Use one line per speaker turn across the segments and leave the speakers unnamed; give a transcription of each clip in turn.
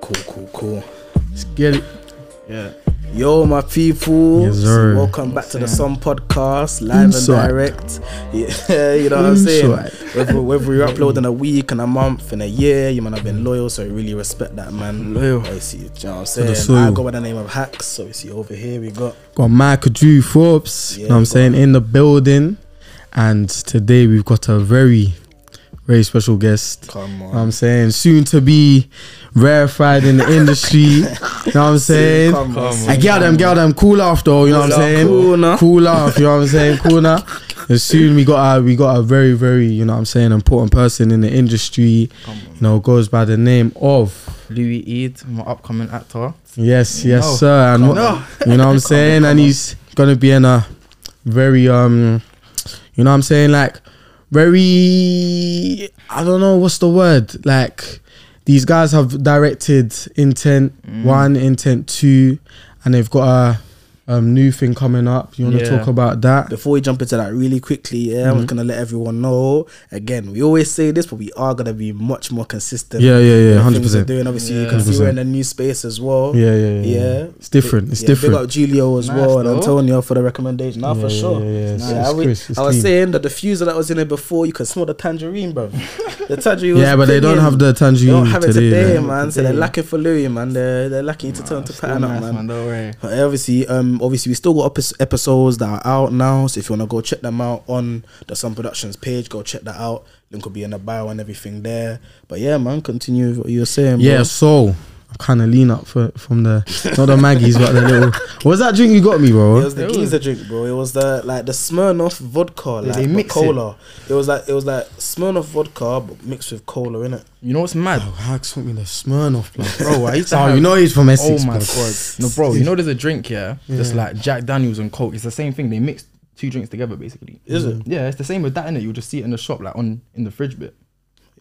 Cool, cool, cool. Let's get it.
Yeah.
Yo, my people.
Yes, sir.
welcome back to the Sun Podcast, live and
Inside.
direct. Yeah, you know what I'm saying?
Inside.
Whether, whether you're uploading a week and a month and a year, you man have been loyal, so I really respect that, man.
Loyal.
Obviously, you know what I'm
the
saying? I
soil.
go by the name of Hacks. Obviously, over here we got
Got Michael Drew Forbes, you know what I'm
Yeah,
saying, in the building. And today we've got a very, very special guest.
Come
You know what
on.
I'm saying, soon to be rarefied in the industry. you know what I'm saying?
Come on.
I get them, get them, cool off though, you know what I'm
Cool off,
saying?
cool off.
Cool off, you know what I'm saying? Cool now. And soon we got a we got a very, very, you know what I'm saying, important person in the industry. You know, goes by the name of
Louis Eid, my upcoming actor.
Yes, yes,
No.
sir. And what,
No.
you know what I'm saying? And he's gonna be in a very um you know what I'm saying, like very I don't know what's the word. Like these guys have directed intent
Mm.
one, intent two, and they've got a um, new thing coming up. You wanna
Yeah.
talk about that?
Before we jump into that really quickly, yeah,
Mm-hmm.
I'm just gonna let everyone know. Again, we always say this, but we are gonna be much more consistent.
Yeah, yeah, yeah,
with the
hundred
things we're
percent.
Doing obviously, you
Yeah.
can see we're
100%.
in a new space as well.
Yeah, yeah, yeah.
Yeah.
It's different. It's
Yeah,
different.
Big up Julio as
Nice,
well and
though.
Antonio for the recommendation. Nah, for
Yeah, yeah,
sure.
yeah, yeah. It's-
Nah,
it's
I, would-
crisp, it's
I was
clean.
saying that the diffuser that was in there before, you could smell the tangerine, bro. The tangerine.
yeah,
was
but they don't
clinging.
have the
They
tangerine
don't have it
today.
today,
like.
man. So they're
Today.
lacking for Louis, man. They're they're lacking to turn to pattern up, man.
Don't worry.
But obviously, um, obviously we still got epi- episodes that are out now. So if you wanna go check them out on the Sun Productions page, go check that out. Link will be in the bio and everything there. But yeah, man, continue with what you're saying.
Yeah,
bro.
so I kind of lean up for, from the not the Maggie's, but the little. What was that drink you got me, bro?
It was the geezer drink, bro. It was the like the Smirnoff vodka, like
they
but
mix it?
cola. It. was like it was like Smirnoff vodka but mixed with cola in it.
You know what's mad?
Oh, Hags took me the Smirnoff, bro.
Bro, I used to
Oh,
have-
you know he's from Essex,
oh my
blood.
god. No, bro, you know there's a drink, yeah? Just like Jack Daniels and Coke. It's the same thing. They mix two drinks together, basically.
Is it?
Yeah, it's the same with that, innit? You'll just see it in the shop, like on in the fridge bit.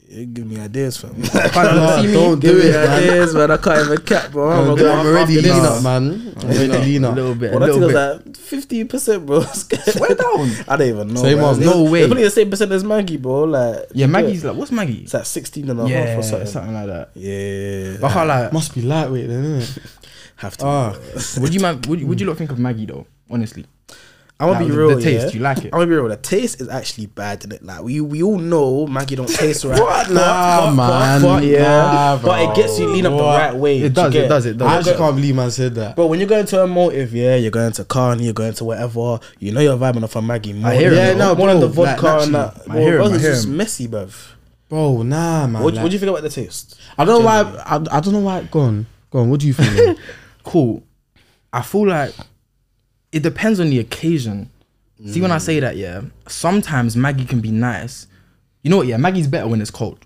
You give me ideas, fam.
No,
See me?
don't do
give me
it, man.
ideas, man. I can't even cap, bro.
Don't
I'm,
do it.
gonna
I'm
go
already
after
lean
this.
up, man. I'm already lean
A
up.
little bit.
Well,
a
that thing
little
was
bit.
like fifteen percent, bro.
Swear down.
I don't even know.
Same
man.
old.
It's-
No way.
It's probably the same percent as Maggie, bro. Like
Yeah, Maggie's like, what's Maggie?
It's like sixteen and a half
Yeah,
or
something.
something.
like that.
Yeah,
But I can't lie.
Must be lightweight, then, isn't it?
have to.
Ah,
Would you man? Would you, would you lot think of Maggie though? Honestly,
I'm gonna
Like,
be
the-
real.
The taste,
yeah.
you like it?
I'm gonna be real. The taste is actually bad, is it? Like we we all know Maggie don't taste right. what?
Nah, man.
yeah.
Nah, bro.
but it gets you lean up the
What?
right way.
It
do you
does, it
get?
does, it does.
I actually can't believe man said that.
Bro, when you're going to a motive, yeah, you're going to Carney, you're going to whatever, you know you're vibing off a Maggie more.
hear it,
yeah,
bro.
no, more than the
Bro, like,
vodka and that.
naturally. I hear
Bro,
him, I
it's
hear
just
him.
messy, bruv.
Bro, nah, man.
What,
like-
what do you think about the taste?
I don't know why. I, I don't know why. Go on, go on. What do you think? man?
Cool. I feel like it depends on the occasion. See, when I say that, yeah, sometimes Maggie can be nice. You know what? Yeah, Maggie's better when it's cold.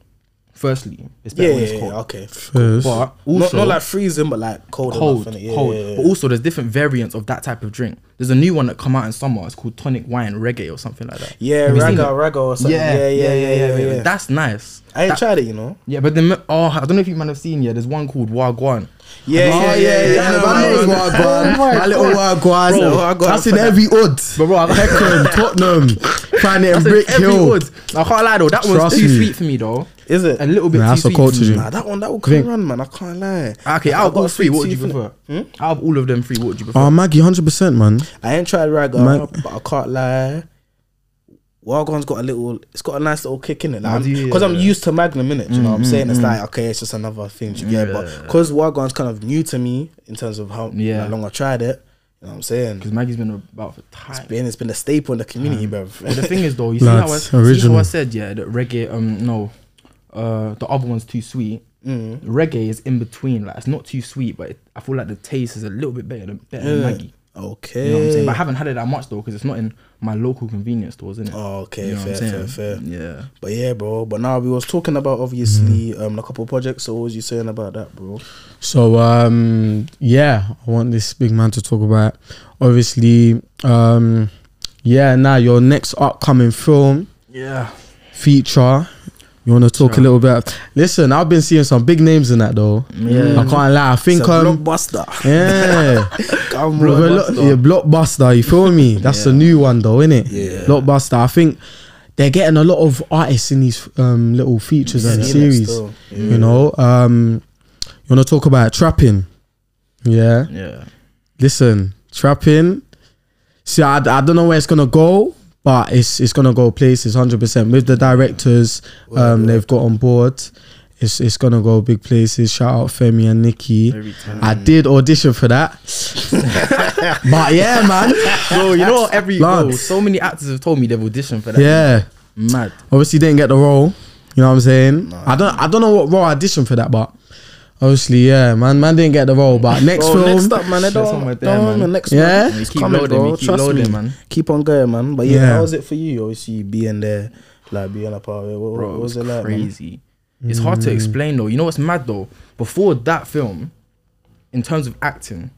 Firstly, it's
Yeah,
better when
yeah,
it's cold.
yeah, okay.
First.
But also,
Not, not like freezing, but like cold.
cold,
enough, innit? yeah,
cold.
Yeah, yeah.
But also, there's different variants of that type of drink. There's a new one that come out in summer. It's called tonic wine reggae or something like that.
Yeah,
Have you seen
raga,
it?
raga or something. Yeah, yeah, yeah, yeah, yeah. yeah.
That's nice.
I ain't
That-
tried it, you know.
Yeah, but then oh, I don't know if you might have seen. Yeah, there's one called Wagwan.
Yeah,
Oh, yeah, yeah, yeah.
no,
My
no,
little
no.
Wagwan. My little Wagwan.
Bro, Wagwan
That's
for
in
that.
every hood.
But bro, I can't
Peckham, Tottenham, Fanny and
that's in
Brick
every
Hill.
word. I can't lie though, that
Trust
one's too
me.
sweet for me though.
Is
A
it?
little bit.
Nah,
too
that's a
sweet
culture
for me.
drink.
Nah, that one that will come
Think-
run, man. I can't lie.
Hmm. Okay,
I've
out of
got
all
a
three,
sweet
what would you
tooth, innit?
prefer? Out of all of them three, what would you prefer?
Oh, Maggie, hundred percent, man.
I ain't tried raga,
Man-
but I can't lie. Wagwan's got a little, it's got a nice little kick in it.
I
Like,
do,
because I'm
yeah. Mm-hmm,
used to Magnum in it, you know what I'm saying? It's like, okay, it's just another thing to get. But because Wagwan's kind of new to me in terms of how
Yeah.
how long I tried it, you know what I'm saying?
Because Maggie's been about for time.
Been, it's been a staple in the community, bruv.
But the thing is though, you see
Lads,
how, I, see how
original.
I said yeah, that reggae. Um, no, uh, the other one's too sweet.
Mm.
Reggae is in between. Like it's not too sweet, but it, I feel like the taste is a little bit better than better than Maggie.
Okay.
You know what I'm saying? But I haven't had it that much though, because it's not in my local convenience stores, is it?
okay,
You know
fair,
what I'm
Oh, fair,
saying?
fair.
Yeah.
But yeah, bro. But now we was talking about obviously
Mm-hmm.
um a couple of projects. So what was you saying about that, bro?
So um, yeah, I want this big man to talk about. Obviously, um, yeah. Now your next upcoming film
Yeah.
feature. You want to talk
Sure.
a little bit? Listen, I've been seeing some big names in that though.
Yeah.
I can't lie. I
It's
think
a
um,
blockbuster.
yeah.
Come
Bro,
on.
blockbuster. yeah, blockbuster. You feel me? That's the new one though, isn't it?
Yeah.
blockbuster. I think they're getting a lot of artists in these um, little features and
Seen it
series.
still.
You know, um, You want to talk about trapping? Yeah.
Yeah.
Listen, trapping. See, I, I don't know where it's gonna go, but it's it's gonna go places, hundred percent. With the directors, um, they've got on board. It's it's gonna go big places. Shout out Femi and Nikki.
Every time.
I did audition for that, but yeah, man.
Bro, you know every bro,
Blood.
so many actors have told me they've auditioned for that.
Yeah,
Mad.
obviously didn't get the role. You know what I'm saying? I don't I don't know what role I auditioned for that, but obviously, yeah, man, man didn't get the role. But next
Bro,
film,
next up, man. I
That's
don't,
somewhere
don't,
there, man.
the next
Yeah?
one.
You
It's
keep
coming,
loading,
bro.
you keep
Trust
loading,
me.
man.
Keep on going, man. But yeah,
Yeah.
how was it for you? Obviously, you being there, like being a part of it. What,
Bro,
what
it was
was it like? man?
crazy. It's hard
Mm.
to explain though. You know what's mad though? Before that film, in terms of acting,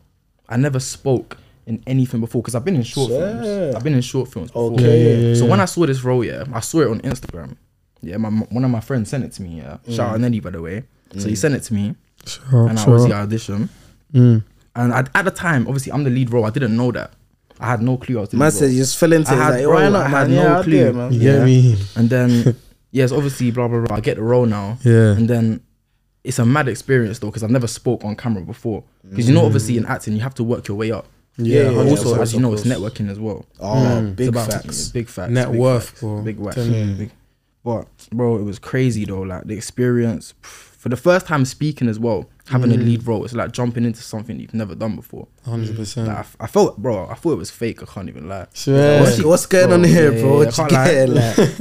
I never spoke in anything before because I've been in short films.
Yeah.
I've been in short films. Before.
Okay. Yeah,
yeah, yeah,
so
yeah.
when I saw this role, yeah, I saw it on Instagram. Yeah, my one of my friends sent it to me. Yeah,
Mm.
shout out Nelly by the way. So he sent it to me,
Sure,
and I
Mm. sure.
obviously auditioned.
Mm.
And I, at the time, obviously, I'm the lead role. I didn't know that. I had no clue I was the
Man
lead
said
role.
you just fell into
I
it.
had-
Like,
bro,
why
I
not,
had
man?
no
yeah, I'll do
clue.
it, man.
You get
Yeah.
me?
And then, yes, obviously, blah blah blah. I get the role now.
Yeah.
And then it's a mad experience though, because I've never spoke on camera before. Because you know, obviously, in acting, you have to work your way up.
Yeah,
But
yeah,
also,
of
as you know, it's
course.
networking as well.
Oh, big
Mm. It's about-
facts.
Big facts.
Net
big
worth,
facts,
bro.
Big whack.
Tell me.
Big- But bro, it was crazy though. Like the experience pff, for the first time speaking as well, having a
Mm.
lead role. It's like jumping into something you've never done before.
Hundred
Like, I,
percent.
f- I felt, bro, I thought it was fake. I can't even lie.
Swear.
What's, what's going on here,
yeah,
bro?
yeah,
What you
I can't
get,
lie.
like?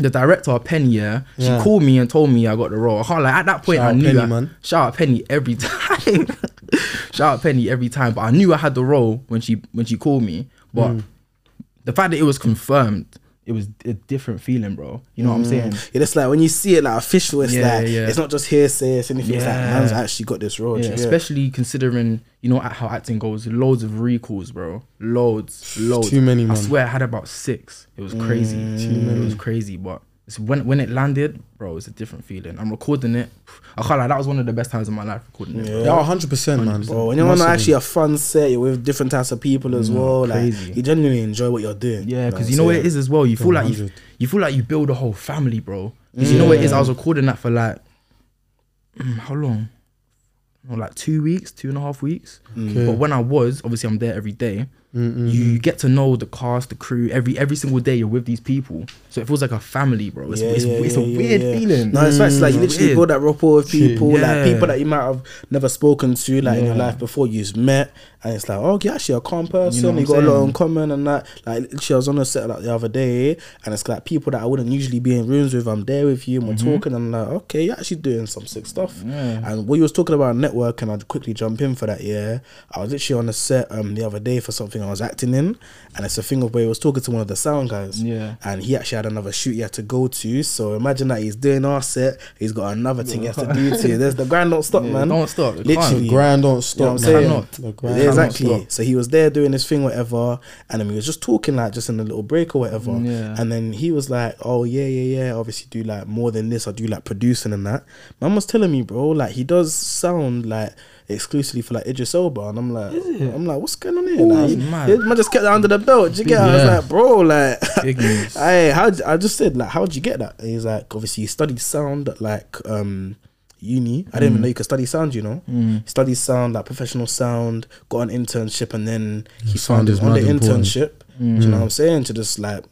The director, Penny, yeah, she
Yeah.
called me and told me I got the role. I can't lie. At that point,
Shout
I
out
knew.
Penny,
I,
man.
Shout out Penny every time. shout out Penny every time. But I knew I had the role when she when she called me. But
Mm.
the fact that it was confirmed, it was a different feeling, bro. You know what I'm
Mm.
saying?
Yeah, it's like when you see it like official, it's
Yeah,
like
yeah.
it's not just hearsay, it's anything. It's like
Yeah.
man's actually got this role.
Yeah,
Yeah,
Especially considering you know how acting goes, loads of recalls, bro. Loads, loads.
Too many,
I
man. Mm,
swear I had about six. It was crazy. It was crazy, but it's when when it landed, bro. It's a different feeling. I'm recording it. I can't lie. That was one of the best times of my life recording it.
Yeah, hundred percent, man.
Bro, when you're on actually a fun set, you're with different types of people as well.
Mm, crazy.
Like you genuinely enjoy what you're doing.
Yeah, because you know what it is as well. You feel like you,
100.
you feel like you build a whole family, bro. 'Cause you know what it is. I was recording that for like mm, how long? No, like two weeks, two and a half weeks.
Mm.
Okay.
But when I was, obviously, I'm there every day. You get to know the cast, the crew. Every every single day, you're with these people, so it feels like a family, bro. It's, it's, it's a weird feeling.
No, it's, right, it's like you
Mm.
literally
Weird.
build that rapport with people,
Yeah.
like people that you might have never spoken to, like in your life before you've met, and it's like, oh, you're actually a calm person. You,
what I'm
got a lot
saying?
in common and that. Like literally, I was on a set like the other day, and it's like people that I wouldn't usually be in rooms with. I'm there with you, and we're
Mm-hmm.
talking, and I'm like, okay, you're actually doing some sick stuff. And what you was talking about network, and I'd quickly jump in for that. Yeah, I was literally on a set um the other day for something I was acting in, and it's a thing of where I was talking to one of the sound guys.
Yeah.
And he actually had another shoot he had to go to. So imagine that he's doing our set, he's got another thing he has to do too. There's the grind don't stop,
Yeah,
man.
don't stop. It
Literally.
The grind don't
You know
stop.
what I'm saying?
Cannot.
The
Yeah,
grind.
Cannot
exactly.
stop.
So he was there doing his thing, whatever, and then he was just talking like just in a little break or whatever.
Mm, Yeah.
And then he was like, "Oh yeah, yeah, yeah. Obviously, do like more than this. I do like producing and that." Man was telling me, bro, like he does sound like exclusively for like Idris Elba, and I'm like, I'm like, what's going on here? like,
that's mad.
he- man just kept that under the belt. Do you get? it? I was
Yeah.
like, bro, like,
Big news.
Hey, how I just said like, how'd you get that? And he's like, obviously, you studied sound at like um uni. I
Mm.
didn't even know you could study sound. You know, studied sound like professional sound. Got an internship, and then he
Sound
found
is
on the
mad important. Mm.
internship. Do you know what I'm saying? To just like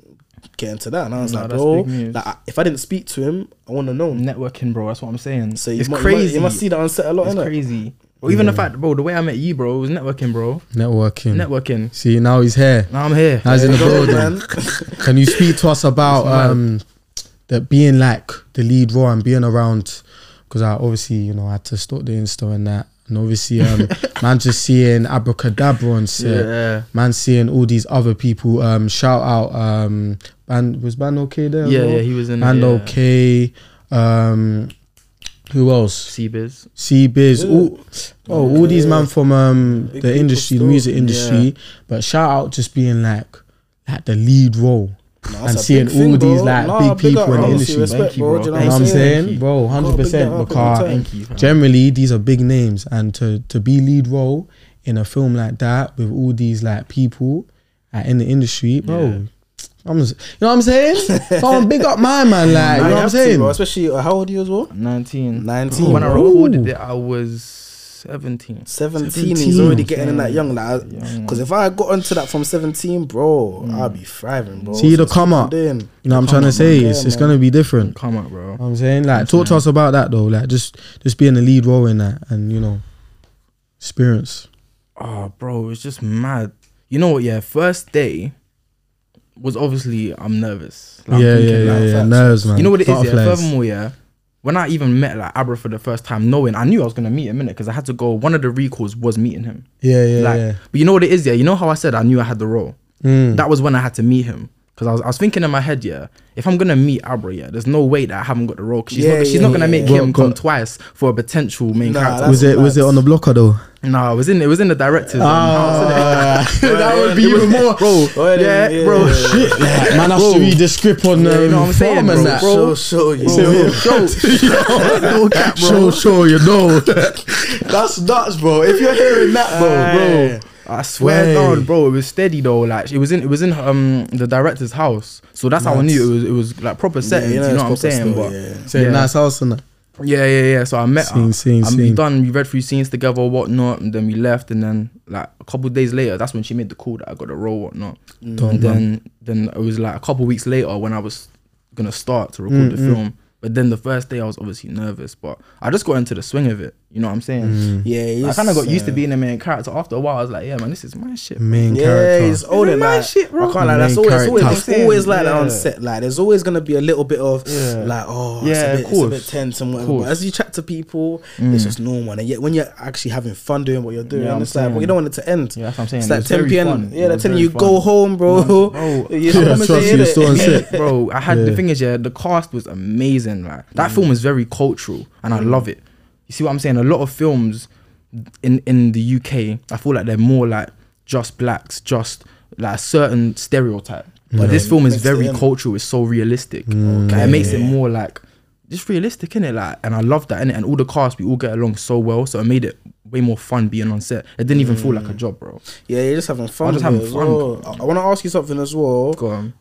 get into that, and I was
Nah,
like,
that's
bro,
big news.
like I- if I didn't speak to him, I want to
Mm.
know.
Networking, bro. That's what I'm saying.
So you
it's
mu- you mu-
crazy.
You must see that on set a lot,
It's
innit?
crazy. Or even the fact, bro, the way I met you, bro, was networking, bro.
Networking.
Mm.
Networking.
See, now he's here.
Now I'm here.
Now he's in the
Go,
building.
man.
Can you speak to us about
mad.
um that being like the lead role and being around? Because I obviously, you know, I had to stop the Insta and that. And obviously, um, man, just seeing Abracadabra on set.
Yeah.
Man, seeing all these other people. Um, shout out. Um, Ban was Ban okay there? as
Yeah,
well?
yeah, he was in it,
Ban
yeah.
okay. Um, who else?
Seabiz.
C Biz,
Yeah.
all, oh, all these
Yeah.
man from um,
Big
the
people
industry, the
still.
music industry.
Yeah.
But shout out just being like, like the lead role
Nah,
and
that's a
seeing
big
all
thing,
these
bro.
like
Nah,
big
big up,
people in the
bro.
industry.
Respect,
Thank you,
bro.
bro.
Do you know
You
what
know what
I'm
I'm
saying?
saying, bro, hundred
Gotta
percent.
big that up every
Because
time.
Thank you. fam.
generally these are big names, and to to be lead role in a film like that with all these like people uh, in the industry, bro, I'm, s- you know what I'm saying? so I'm big up my man, like, you know what I'm saying?
Especially uh, how old are you as well?
19.
19,
When I
bro.
recorded it, I was 17.
17,
17,
he's already getting in that young like
Young.
because if I got onto that from 17 bro
Mm.
I'd be thriving bro
See, the
That's what
come
I'm
up.
doing.
You know what I'm trying to say?
Yeah,
it's it's
man.
going to be different.
Come up, bro.
I'm saying, like, talk to us about that though. Like, just just being the lead role in that, and you know, experience.
oh bro it's just mad you know what yeah first day was obviously i'm nervous like, I'm
yeah, yeah,
thinking,
yeah,
like,
yeah.
facts.
Nerves, man.
you know what it is yeah
Butterflies.
furthermore yeah when i even met like abra for the first time knowing i knew i was gonna meet him in because i had to go one of the recalls was meeting him
Yeah, yeah,
like
yeah.
but you know what it is yeah you know how i said i knew i had the role
Mm.
that was when i had to meet him because I was, I was thinking in my head yeah if i'm gonna meet abra yeah there's no way that i haven't got the role 'cause she's,
Yeah,
not, she's
yeah,
not gonna
yeah,
make
yeah.
him
Got-
come twice for a potential main
Nah,
character
that's
was it was it
mad.
on the blocker though?
no it was in it was in the director's um,
Ah,
house, innit?
Oh, that would be
Yeah,
even more, bro.
Oh,
Yeah, bro.
Shit, like, man, has to
Bro.
read the script on the
Yeah, you know what I'm saying,
form and
bro.
that.
show
Bro.
show you
Bro.
know.
Show, no cap, bro.
Show, show, you know. That's nuts, bro. If you're hearing
Aye.
that,
I swear
Way.
down, bro. It was steady though. Like it was in it was in um the director's house, so that's how I knew it was it was like proper settings. you know,
it's
what I'm
proper
saying?
still,
but yeah.
yeah.
Say
Yeah.
nice house and that.
yeah, yeah, So I met.
Scene,
her.
scene,
and
scene.
We done. We read through scenes together, whatnot, and then we left. And then like a couple days later, that's when she made the call that I got the role, whatnot.
Don't
and
Uh-huh.
then then it was like a couple weeks later when I was gonna start to record
Mm-hmm.
the film. But then the first day I was obviously nervous, but I just got into the swing of it. You know what I'm saying?
yeah
I
he's,
kind of got used to
uh,
being a main character. After a while, I was like, yeah, man, this is my shit.
Mm.
main
yeah,
character.
he's older
It's mad
like,
shit, bro.
I can't like that's
Main
always, it's always,
character.
it's always like that on
Yeah.
set. Like there's always gonna be a little bit of
Yeah.
like oh
Yeah,
yeah, it's,
of
a bit, it's a bit
course.
tense and whatever.
Of
But
course. Mm.
as you chat to people, it's just normal. And yet when you're actually having fun doing what you're doing,
Yeah, I'm
it's like well, you
saying.
don't want it to end.
Yeah, that's what I'm saying.
It's
It
like
was
10
very
p.m.
fun.
Yeah,
It
they're
was
telling
very
you go
fun.
home, bro.
bro.
You
Yeah,
promise
trust
it,
me,
innit?
still on set.
Bro, I had
Yeah. Mm.
the thing is, yeah, the cast was amazing. Like that film is very cultural, and I love it. You see what I'm saying? A lot of films in in the UK, I feel like they're more like just blacks, just like a certain stereotype. But this film is
Mixed it
very
in.
cultural. It's so realistic.
Mm.
Like, it makes it more like just realistic, innit? Like, and I love that, innit? And all the cast, we all get along so well, so it made it way more fun being on set. It didn't even feel like a
Mm.
job, bro.
Yeah, you're just having fun. with
just
it
having
as
fun.
well. I, want to ask you something as well.
Go on.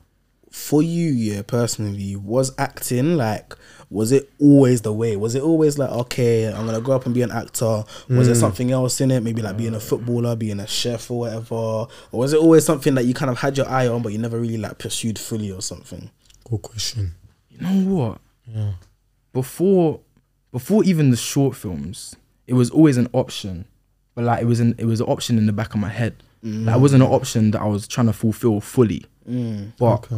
For you, yeah, personally, was acting like was it always the way? Was it always like okay, I'm gonna grow up and be an actor? Was
Hmm.
there something else in it? Maybe like being a footballer, being a chef, or whatever. Or was it always something that you kind of had your eye on, but you never really like pursued fully or something?
Good question.
you know what? Before, before even the short films, it was always an option, but like it was an it was an option in the back of my head. Like it wasn't an option that I was trying to fulfill fully. But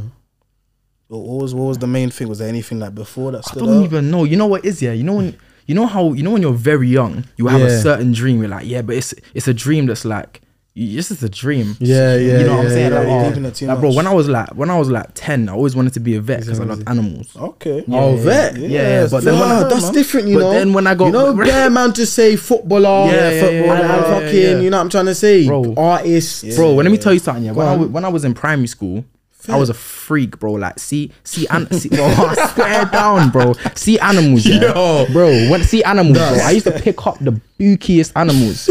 Or Hmm. what was what was the main thing? Was there anything like before that
I
stood
don't
out?
even know. You know what is yeah? You know when you know how you know when you're very young, you have
Yeah.
a certain dream. You're like yeah, but it's it's a dream that's like y- this is a dream.
Yeah, yeah,
you
yeah,
know what I'm saying?
yeah,
like,
yeah.
oh,
Leaving it too
like, bro,
much.
when I was like when I was like ten, I always wanted to be a vet because I loved animals.
Okay.
oh, vet.
yeah, yeah, but then
Nah,
when I-
that's different, you
But
know.
then when I got-
you know, bare man to say footballer,
Yeah, yeah,
footballer, and
yeah, yeah, yeah,
fucking,
yeah.
you know what I'm trying to say,
Bro.
artist,
bro. Let me tell you something. Yeah, when I,
on.
wa- when I was in primary school, I was a freak, bro. Like, see, see, an- see bro, I swear down, bro. See animals, yeah,
Yo.
bro. When see animals, bro, I used to pick up the bookiest animals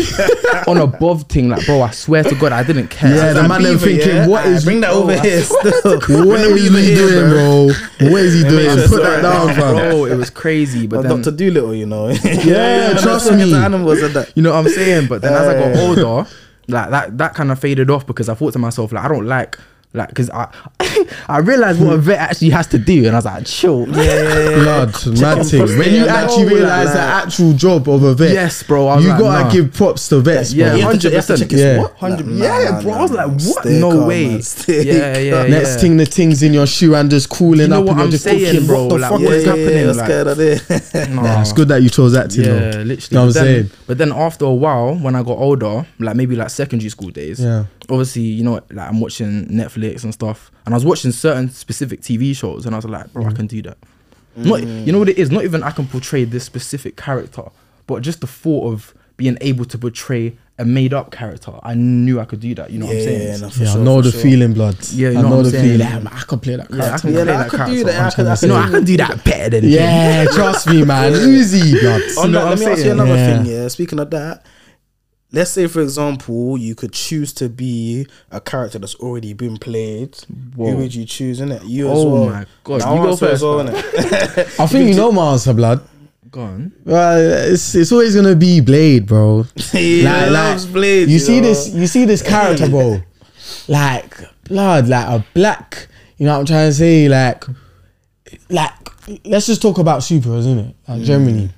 on a bob thing, like, bro. I swear to God, I didn't care.
Yeah, the man them thinking, what is
bring that
bro,
over here? still.
What
Bring
is
that
he
over here,
doing, bro? What is he doing?
sure it's
Put that down,
alright.
fam.
bro. It was crazy, but
But
then
Doctor Doolittle, you know. yeah,
trust me.
Animals and that.
you know what I'm saying. But then as I got
Yeah.
older, like that that kind of faded off because I thought to myself, like, I don't like. Like, cause I, I realized what a vet actually has to do, and I was like, chill.
Blood, mad thing. When you
Yeah,
actually
no,
realize
like-
the actual job of a vet,
Oh, Yes, bro, I was
you
like,
gotta
nah.
give props to vets,
Yeah,
bro.
yeah. 100%.
Yeah.
Hundred.
yeah, bro. I was like, what? no way. yeah, yeah, yeah.
Next thing, the things in your shoe and just cooling
You know
up,
what
and you're
I'm
just
saying,
thinking,
bro,
what the
like,
fuck
what
yeah,
is
is
yeah,
happening?
happening,
yeah, I'm
like-
scared of it.
Nah.
It's good that you chose acting,
Yeah,
though.
literally.
You know what I'm
but, then,
saying?
but then after a while, when I got older, like maybe like secondary school days,
Yeah.
obviously, you know, like I'm watching Netflix and stuff, and I was watching certain specific TV shows, and I was like, bro, I
Mm.
can do that. Not, you know what it is? Not even I can portray this specific character, but just the thought of being able to portray a made up character, I knew I could do that. You know what I'm
Yeah,
saying?
yeah, no, for
Yeah,
sure,
I know
for
the
sure.
feeling, blood.
Yeah, you
I
know
know
what
the
I'm saying?
feeling. Like, man, I can play that.
Yeah, I can
Yeah,
play
like, I
that
could
character.
do that. I
I'm
could-
trying
I
to say. You know, I can do that better than him.
Yeah, trust me, man. Uzi,
On
blood.
know
that, Oh, let
what I'm
me ask you
saying?
another
Yeah.
thing. Yeah, speaking of that, let's say for example you could choose to be a character that's already been played.
Whoa.
Who would you choose in it? You as
Oh
well.
my God,
Now
you go
answer as
first,
well,
man.
innit?
I think you know Miles Blood.
Go on.
Well, it's it's always gonna be Blade, bro.
He loves Blade,
You,
you
see
know.
this? You see this character, bro? like blood, like a black. You know what I'm trying to say? Like, like let's just talk about superheroes, isn't it? Like Germany,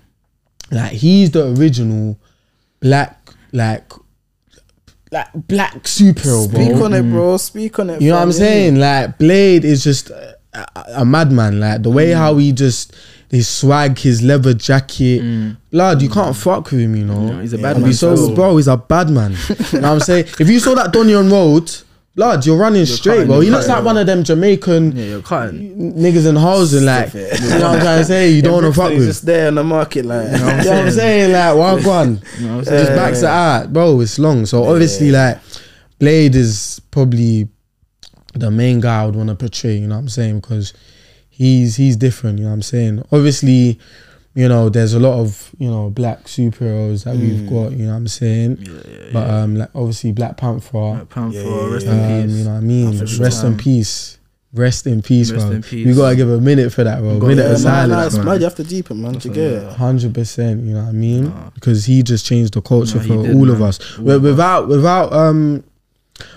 like he's the original black, like, like black superhero, bro.
Speak on it, bro. Speak on it.
Mm. You know what
fam.
I'm saying? Like Blade is just a, a, a madman. Like the
Mm.
way how he just his swag, his leather jacket, blood. You can't fuck with him. You know
Mm. No, he's a
Yeah,
bad
I'll
I'd
man.
be so
so-
bro. He's a bad man. you know what I'm saying? If you saw that Donny on road, blood, you're running straight,
cutting,
bro.
you're
He looks like
cutting,
one of them Jamaican
Yeah, you're cutting.
niggas in housing, like you
it.
know what I'm trying to say. You
Yeah,
don't want to
Brixton
fuck
is
with.
just there in the market, like.
You know what I'm saying? Like wild one,
You know what I'm saying?
just backs it out, bro. It's long, so obviously, like Blade is probably the main guy I would want to portray. You know what I'm saying? Because he's he's different. You know what I'm saying? Obviously. You know, there's a lot of you know black superheroes that we've got. You know what I'm saying?
Mm. Yeah, yeah, yeah.
But um, like obviously Black Panther,
Like, Pound
Yeah,
for
yeah,
rest
yeah.
in
um,
peace.
you know what I mean.
After
Rest
the
in
time.
peace. Rest in peace,
Rest
man.
in peace.
We gotta give a minute for that, bro.
Gotta
minute of
give a minute.
silence,
Nah,
man.
man.
You have to deep it, man. Do you get it?
Hundred percent. You know what I mean?
Nah.
Because he just changed the culture
Nah, he
for
did,
all of
man.
us.
All
Wi-
of us.
without without um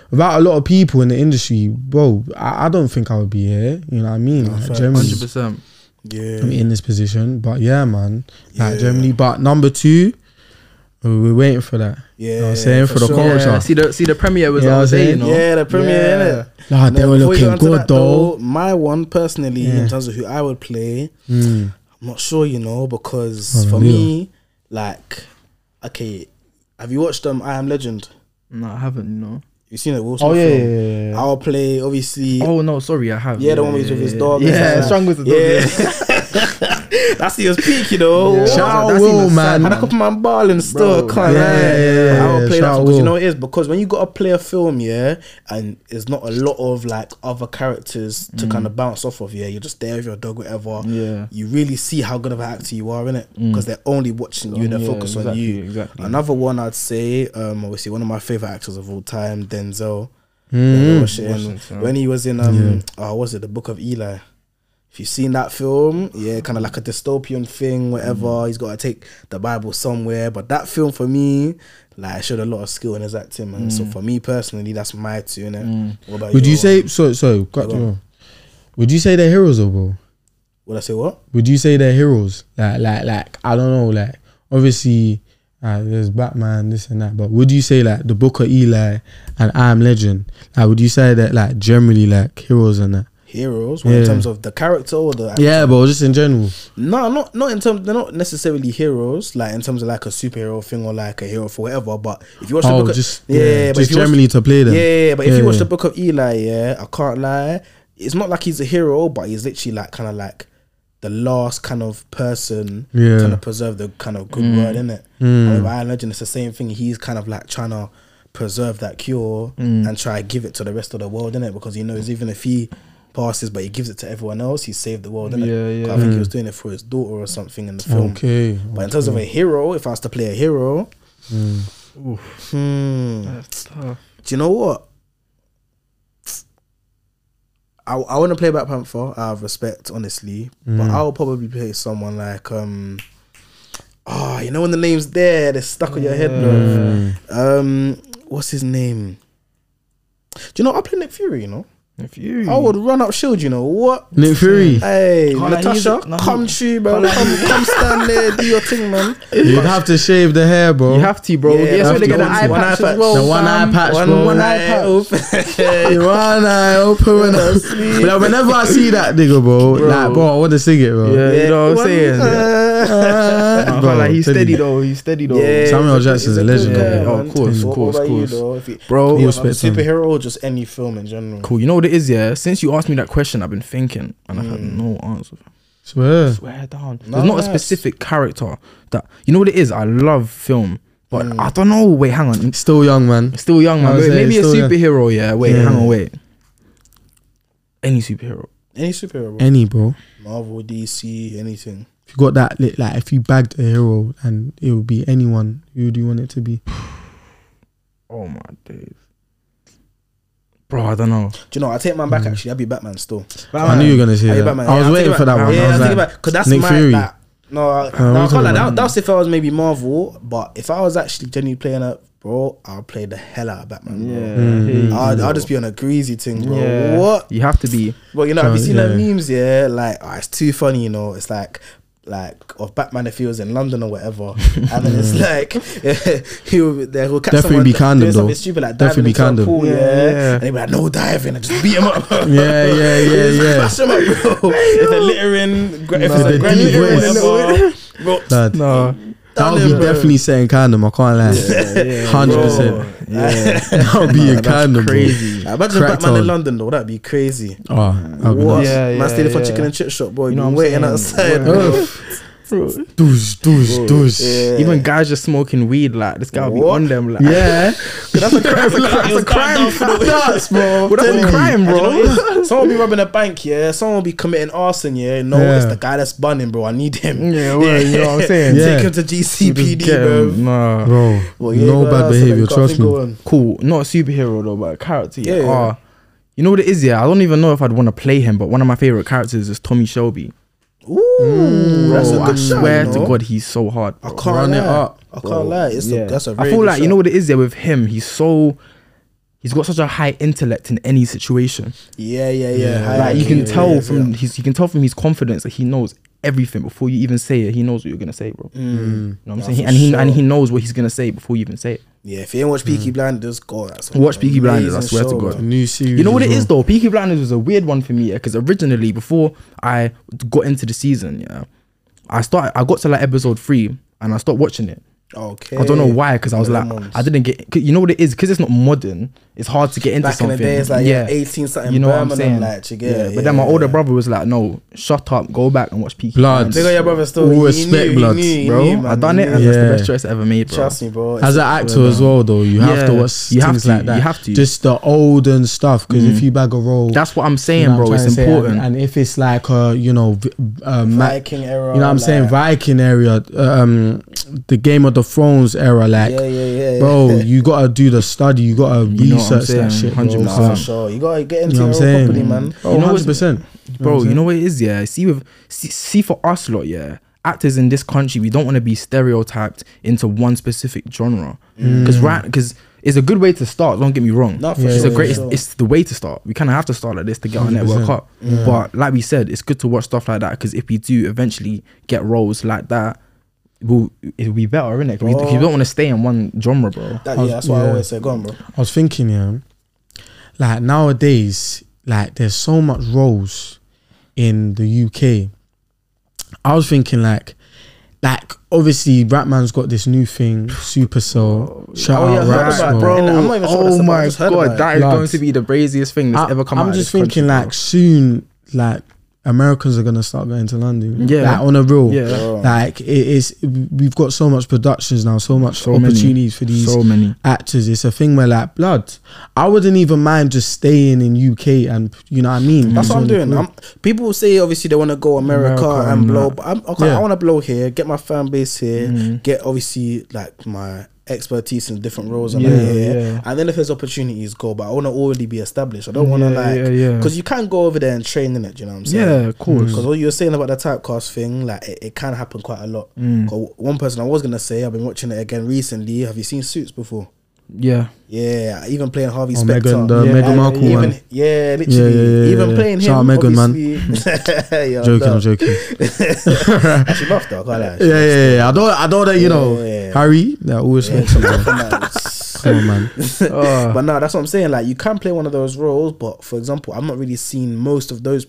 without a lot of people in the industry, bro, I, I don't think I would be here. You know what I mean?
Nah,
Like,
facts.
Germany,
Hundred percent.
Yeah.
I'm in this position, but yeah, man, like
Yeah.
Germany. But number two, we- we're waiting for that.
Yeah.
You know what I'm saying for the
sure.
culture.
Yeah, see the see the premiere was
You know
the
what
other
I'm
day,
saying?
you know.
Yeah, the premiere,
Yeah.
innit?
Nah, they
Now,
were
before you
looking
go on to
good
that,
though.
My one, personally,
Yeah.
in terms of who I would play,
Mm.
I'm not sure, you know, because
Oh,
for
really?
me, like, okay, have you watched um I Am Legend?
No, I haven't. You know.
You seen it? Will Smith
Oh yeah,
film?
yeah, yeah, yeah.
I'll play obviously.
Oh no, sorry, I have.
Yeah, the one with his dog. and
Yeah,
stuff
strong
like
with
that.
the dog. Yeah.
Yeah, that's his peak, you know.
Yeah.
Wow.
Shout out
That's even
Will,
sad,
man.
And I could put my ball in still,
Bro,
can't
yeah,
I?
yeah, yeah,
I
yeah,
will play
shout
that
out
because you
Will.
know it is because when you got to play a film, yeah, and it's not a lot of like other characters to kind
Mm.
of bounce off of. Yeah, you're just there with your dog, whatever.
Yeah.
you really see how good of an actor you are in it
Mm.
because they're only watching you. They're
Yeah,
focused on
exactly,
you.
exactly.
Another one I'd say, um, obviously one of my favorite actors of all time, Denzel.
Mm.
Yeah, Washington.
Washington.
When he was in um, oh, what was it the Book of Eli? If you've seen that film, yeah, kind of like a dystopian thing, whatever.
Mm.
He's got to take the Bible somewhere. But that film for me, like, showed a lot of skill in his acting, man. So for me personally, that's my two. Innit? What about
Mm. Would you
your-
say so? So, got
Go on.
you wrong. Would you say they're heroes, though, bro?
Would I say what?
Would you say they're heroes? Like, like, like. I don't know. Like, obviously, uh, there's Batman, this and that. But would you say like the Book of Eli and I Am Legend? Like, would you say that like generally like heroes and that?
Heroes, well, in
Yeah.
terms of the character or the
Yeah, but just in general.
No, not not in terms. They're not necessarily heroes, like in terms of like a superhero thing or like a hero for whatever. But if you watch the
Oh,
book, of-
just
yeah,
yeah,
but if
just
you watch-
generally to play them.
Yeah, yeah, yeah, but if you
Yeah,
watch
yeah.
the Book of Eli, yeah, I can't lie. It's not like he's a hero, but he's literally like kind of like the last kind of person
Yeah.
trying to preserve the kind of good word in it. And with Iron Legend, it's the same thing. He's kind of like trying to preserve that cure and try to give it to the rest of the world in it because he knows even if he passes, but he gives it to everyone else, he saved the world. Innit?
Yeah, yeah.
I think he was doing it for his daughter or something in the film.
Okay.
But in terms of a hero, if I was to play a hero, hmm,
That's tough.
do you know what? I, I want to play Black Panther out of respect, honestly, but
Mm.
I'll probably play someone like um, ah, you know when the name's there, they're stuck on your head,
Mm.
bro. Um, what's his name? Do you know I play Nick Fury? You know
If you,
I would run up shield. You know what?
Nick Fury.
Hey,
Can't like
Natasha,
he's- no, he-
come true, bro.
can't like
Come, come stand there, do your thing, man.
You'd have to shave the hair, bro.
you have to, bro.
Yeah,
That's where
have
they
to.
get the eye
One eye
patch
patch.
as well.
The one eye
fam.
patch,
One-
bro.
One eye patch.
patch.
You wanna open when I- But like, whenever I see that nigga, bro,
Bro.
like, bro, I want to sing it, bro.
Yeah, you know what I'm
One
saying.
uh, eye.
Nah, I can't
Bro,
lie, he's
tell
steady
you.
though. He's steady though.
Yeah,
Samuel
he's a-
Jackson's
he's
a legend,
good
man.
guy,
Oh,
man.
of course,
What
course,
about you,
course.
though? If you-
Bro,
Yeah,
Cool.
if I'm a
respect, man.
superhero or just any film in general.
Cool. You know what it is, yeah. Since you asked me that question, I've been thinking, and I've had no answer.
Swear.
Swear down.
Mm. No,
There's not a
yes.
specific character that you know what it is. I love film, but
Mm.
I don't know. Wait, hang on.
Still young, man.
Still young,
I
man.
was
Wait,
saying,
maybe a
still young.
superhero. Yeah. Wait,
Yeah.
hang on. Wait. Any superhero.
Any superhero, bro.
Any, bro.
Marvel, DC, anything.
If you got that, lit, like, if you bagged a hero and it would be anyone, who do you want it to be?
Oh my days, bro. I don't know.
Do you know? I take mine back. Actually, I'll be Batman still.
Mm. I knew you were gonna say
I'll be
that.
Batman.
I
Yeah,
was
I'll
waiting
take
for that
back-
one.
Yeah,
I was
I'll take it
like,
back because that's
Nick
my.
Fury.
like, no, I- no,
I
I
was
can't
like,
like that.
man.
That was if I was maybe Marvel, but if I was actually genuinely playing a bro, I'll play the hell out of Batman. bro.
Mm.
I'll, I'll just be on a greasy thing, bro.
Yeah.
What?
You have to be.
Well, you know, have you
Oh,
seen
yeah.
the memes? Yeah, like ah, it's too funny. You know, it's like like of Batman if he was in London or whatever, and then it's like he'll they will catch
Mm. Definitely
someone
be
d-
candid,
doing
though.
something stupid like diving
Definitely be
into a
candid.
pool, yeah,
Yeah, yeah.
and he'll be like no diving and just beat him up.
Yeah, yeah, yeah,
Just
yeah.
Bash him up, bro. if they're littering, gra- if
No,
it's
the
like grand
deep
littering,
voice.
whatever, bro,
Lad,
No.
that
down
would
there,
be
bro.
definitely setting condom. I can't lie. Hundred
Bro.
percent.
Yeah.
That would be a
that's
condom. bro.
crazy.
Like, Imagine
Cracked
Batman
on.
in London though, that'd be crazy.
Oh, that would be
What?
nice.
Yeah, yeah,
Man, stay there for
yeah.
chicken and chip shop, boy. You
You know
know,
what I'm
waiting
saying?
outside.
Word.
bro.
Douche, douche, douche.
Yeah.
Even guys just smoking weed, like this guy will be
What?
on them, like
Yeah.
That's a crime. That's a crime.
Nuts, bro.
Well, that's a
Telling you.
crime,
And you know
bro.
what it is? someone will be robbing a bank, yeah. Someone will be committing arson, yeah. No,
Yeah.
it's the guy that's bunning, bro. I need him.
Yeah, well, you know what I'm saying?
Yeah.
Take him to GCPD, bro.
Nah.
Bro,
Well, yeah,
no
you
bad
got that, so
behavior,
you can't
trust
think of
me.
one.
cool, not a superhero though, but a character. Yeah.
Yeah, yeah.
Ah, you know what it is, yeah. I don't even know if I'd want to play him, but one of my favorite characters is Tommy Shelby.
Ooh, that's a
Bro,
good
Mm. I
shot,
swear
you
to
know?
God, he's so hard.
I
bro.
can't
Run
lie.
it up,
I
bro.
can't lie. It's
Yeah.
a, that's a.
I
Really
feel
good
like you
shot.
know what it is there with him. He's so. He's got such a high intellect in any situation.
Yeah, yeah, yeah. High
like you
IQ,
can
yeah,
tell
yeah,
from his, you can tell from his confidence that he knows everything before you even say it. He knows what you're gonna say, bro. You know what I'm
Nah,
saying? He-
Mm. for
and he and
sure.
he knows what he's gonna say before you even say it.
Yeah, if you ain't watch Peaky Blinders, go. That's
Mm. Watch Peaky Blinders, I
amazing
swear to
show,
God.
bro.
New series.
Mm.
You know what
as
it is
well.
though. Peaky Blinders was a weird one for me because originally before I got into the season, yeah, I started. I got to like episode three and I stopped watching it.
Okay.
I don't know why because I was like,
Lemons.
I didn't get. 'cause You know what it is because it's not modern. It's hard to get into
Back in
something.
the day, it's like yeah, eighteen something.
you know what I'm saying.
Birmingham, Like, you
yeah,
get,
but then my older brother was like, "No, shut up, go back and watch Peaky
Blood.
Big up your brother still.
All
He knew,
respect,
he
blood,
knew, he
bro.
knew,
I
man,
done
he
it,
knew.
and that's the
Yeah.
best choice I ever made, bro.
Trust me, bro.
As an actor as well, though, you have to
Yeah,
watch
you have
things
to,
like that.
you have to. Mm.
Just the olden stuff, because if you bag a role,
That's what I'm
you
saying,
know what I'm
bro.
trying
It's
to say, and-
important.
And, if it's like a, you know, v- uh, ma-
Viking era.
you know what I'm saying,
like-
Viking area, um, the Game of the Thrones era, like,
yeah, yeah, yeah, yeah.
bro, you gotta do the study, you gotta
know what I'm
research
saying,
that shit, bro.
100%.
For
Cause-
sure. You gotta get into
You know
your
what I'm
own
saying?
properly, man.
Oh,
You know what's-
100%.
bro you know what it is yeah see with see, see for us lot yeah actors in this country we don't want to be stereotyped into one specific genre because right because it's a good way to start don't get me wrong
No, for
Mm. Yeah,
it's
sure,
a great
for
it's, it's the way to start we kind of have to start like this to get our network
100%.
up but like we said it's good to watch stuff like that because if we do eventually get roles like that we'll it'll be better innit 'Cause we, 'cause we
Bro.
don't want to stay in one genre bro
That, yeah, that's what I
Yeah.
always say. Go on, bro.
I was thinking, yeah, like nowadays, like there's so much roles in the UK. I was thinking like, like obviously, Ratman's got this new thing, Supercell. Shout
Oh, yeah, I
out,
heard about
Ratman.
it, bro. I'm not even sure that's
oh
about- I
my
just heard about
god
it.
that is
Lads.
going to be the braziest thing that's ever come
I'm
out of
just
this country,
thinking
bro.
like soon, like Americans are gonna start going to London.
Yeah.
like on a real.
Yeah.
Like it is, we've got so much productions now, so much
So many.
opportunities for these
so many
actors. It's a thing where like blood. I wouldn't even mind just staying in UK and you know what I mean.
That's what I'm
Just
doing.
wanna-
I'm, people say obviously they want to go America,
America
and
and
blow,
that.
but I'm, okay,
Yeah. Mm-hmm.
I want to blow here, get my fan base here, get obviously like my expertise in different roles and
Yeah,
that here,
yeah.
and then if there's opportunities, go. But I want to already be established. I don't want to
Yeah,
like
yeah, yeah.
because you can't go over there and train in it. You know what I'm saying?
Yeah, of course.
Because what you were saying about the typecast thing, like it, it can happen quite a lot.
Mm.
'Cause One person I was gonna say, I've been watching it again recently. Have you seen Suits before?
Yeah.
Yeah, even playing Harvey
Oh,
Specter.
Meghan, the
Yeah,
Meghan
yeah,
Markle
even,
one.
Yeah, literally.
Yeah, yeah, yeah,
even
yeah.
playing him.
Shout out Meghan, man.
man. Yo,
Joking,
no.
I'm joking.
Actually, laughed though. I can't
Yeah,
lie.
yeah, yeah. I don't, I don't. That you know,
Yeah.
Harry. That always
Yeah,
makes
she
me.
laughed,
Come
man.
on, man. Ah.
Uh,
but no, that's what I'm saying. Like, you can play one of those roles, but for example, I've not really seen most of those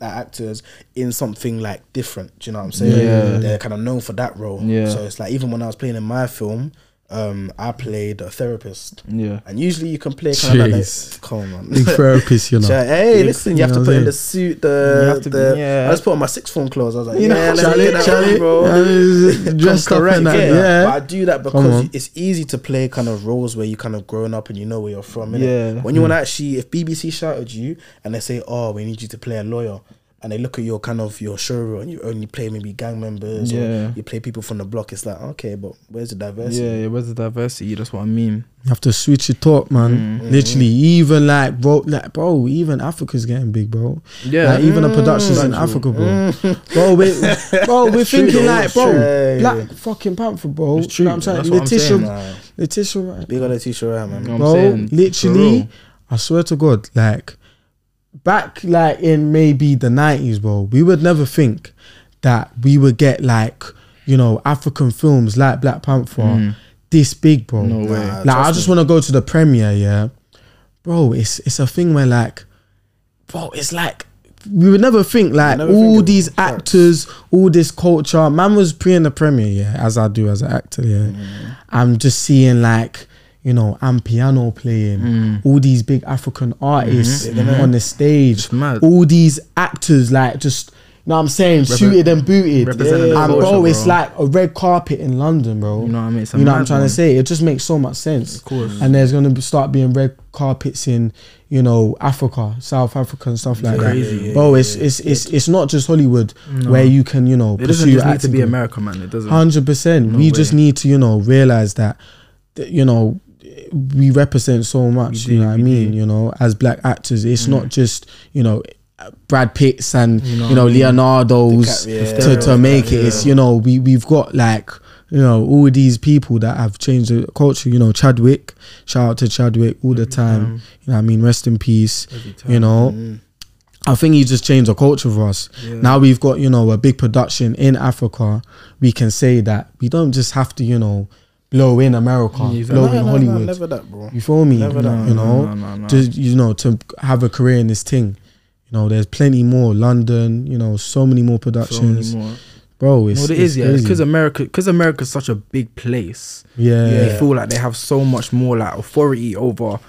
like, actors in something like different. Do you know what I'm saying?
Yeah.
They're kind of known for that role.
Yeah.
So it's like even when I was playing in my film, um, I played a therapist.
yeah.
And usually you can play kind of like that.
Jeez.
Come on.
Big therapist, you know.
Shout- hey, listen, you have
know
to
what
put in
I'm
the suit, the,
You have to be-
the
yeah.
I just put on my six phone clothes. I was like,
You
you
know,
yeah, let's
Charlie,
get that
Charlie,
on, bro.
yeah, dressed up
Correct,
in that,
yeah.
yeah.
But I do that
Come
because
on.
it's easy to play kind of roles where you kind of grown up and you know where you're from. innit?
Yeah.
Hmm.
When you want to actually, if BBC shouted you and they say, "Oh, we need you to play a lawyer," and they look at your kind of your showroom and you only play maybe gang members
Yeah.
or you play people from the block, it's like okay, but where's the diversity?
Yeah, yeah, where's the diversity? That's what I mean.
You have to switch your talk,
Mm,
man. Literally, even like bro, like bro, even Africa's getting big, bro.
Yeah.
like,
Mm,
even the productions in Africa, bro. Bro, we, bro, we're
It's true,
thinking
though.
like,
It's
bro,
true.
Black fucking Panther, bro.
It's true,
You know what
bro.
I'm
That's
saying,
what I'm
Letitia,
saying.
Nah,
Letitia, Wright,
big on the teacher, right, man.
You know what
bro.
I'm saying? For
literally,
real.
I swear to God, like back like in maybe the nineties, bro, we would never think that we would get like you know African films like Black Panther this big, bro.
Mm. No way.
Nah,
Like I
trust
just
me.
want to go to the premiere, yeah, bro. It's it's a thing where like, bro, it's like. We would never think like
never
all
think it
these
was like-
actors, all this culture. Man was pre in the premiere, yeah, as I do as an actor, yeah.
Mm.
I'm just seeing like, you know, I'm piano playing,
Mm.
all these big African artists
Mm-hmm.
on the stage,
It's mad.
all these actors like just you know what I'm saying, suited and booted.
representing
the
And
culture,
bro, it's
bro.
like a red carpet in London, bro.
You know what I mean? It's a
You know what I'm
mad
trying
one.
to say? It just makes so much sense. Of
course.
And there's gonna be, start being red carpets in, you know, Africa, South Africa and stuff like
crazy.
that.
Yeah,
bro, it's it's it's it's not just Hollywood where you can, you know,
It doesn't
pursue
just need to
acting
be
career.
America, man. It doesn't.
Hundred percent. We just
way.
need to, you know, realize that, that, you know, we represent so much.
do, Mm.
you know what I
we
mean? You know, as black actors, it's not just you know. Brad Pitts and you know,
DiCaprio,
Leonardo's to, to
DiCaprio,
make it. It's you know we we've got like you know all these people that have changed the culture. You know Chadwick, shout out to Chadwick all the time. You know what I mean rest in peace. You know
mm.
I think he just changed the culture for us. Now we've got, you know, a big production in Africa. We can say that we don't just have to, you know, blow in America,
Exactly.
blow
Nah,
in
nah, nah,
Hollywood.
never that, bro.
You feel me?
Never that.
You
No,
know,
no, no, no.
just you know to have a career in this thing. You know, there's plenty more London. You know, so many more
So many
productions,
more.
bro. It's,
No, it
it's
is, yeah.
crazy.
Because America, because America's such a big place.
yeah,
They feel like they have so much more like authority over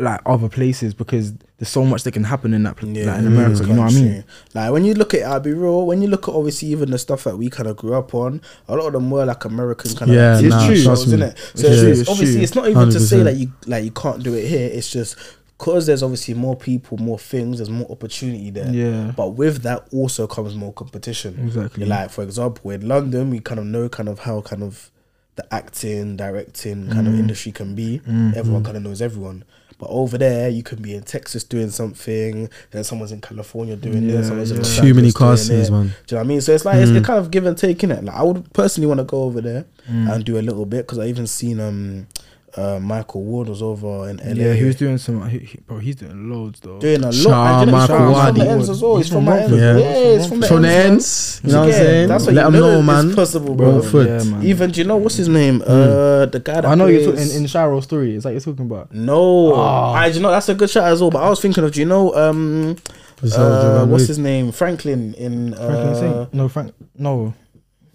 like other places because there's so much that can happen in that place, like, in America. You know what I mean?
Country. Like when you look at, it, I'll be real. When you look at obviously even the stuff that we kind of grew up on, a lot of them were like American kind
Yeah,
of
It's nah, true. trust
isn't
me.
it? So
It's
it's,
true,
it's
it's
obviously
true.
it's not even to say
100%.
that you like you can't do it here. It's just because there's obviously more people, more things, there's more opportunity there.
Yeah.
But with that also comes more competition.
Exactly.
Like for example, in London, we kind of know kind of how kind of the acting, directing kind of
Mm.
industry can be.
Mm-hmm.
Everyone kind of knows everyone. But over there, you can be in Texas doing something, then someone's in California doing
Yeah,
this, someone's in
yeah.
Los
Too many
Angeles doing
castings,
it.
man.
Do you know what I mean? So it's like it's
Mm.
it's kind of give and take in it. Like I would personally want to go over there
Mm.
and do a little bit because I even seen um uh, Michael Ward was over in LA.
Yeah, he was doing some. He, he, bro, he's doing loads though.
doing a
Shout
lot. And you know, he's
out
from-
Michael
he's from the
Ward.
ends as well. He's
He's
from
from
the ends.
Romford.
Yeah,
Yeah.
he's from the
From the
ends. man.
ends, you know what I'm
Yeah,
saying?
That's
Let
what you
them
know
know,
it's
man.
possible, bro.
Romford.
Yeah, man.
Even do you know what's his name?
Hmm.
Uh, the guy. That
I know you're talking
plays-
in, Ah. in Shiro's story. Is that you're talking about?
No, I do you know that's a good shot as well. But I was thinking of do you know um,
Is that what
uh,
Jerome
what's
Reed-
his name Franklin in uh,
Franklin Saint? No, Frank. No.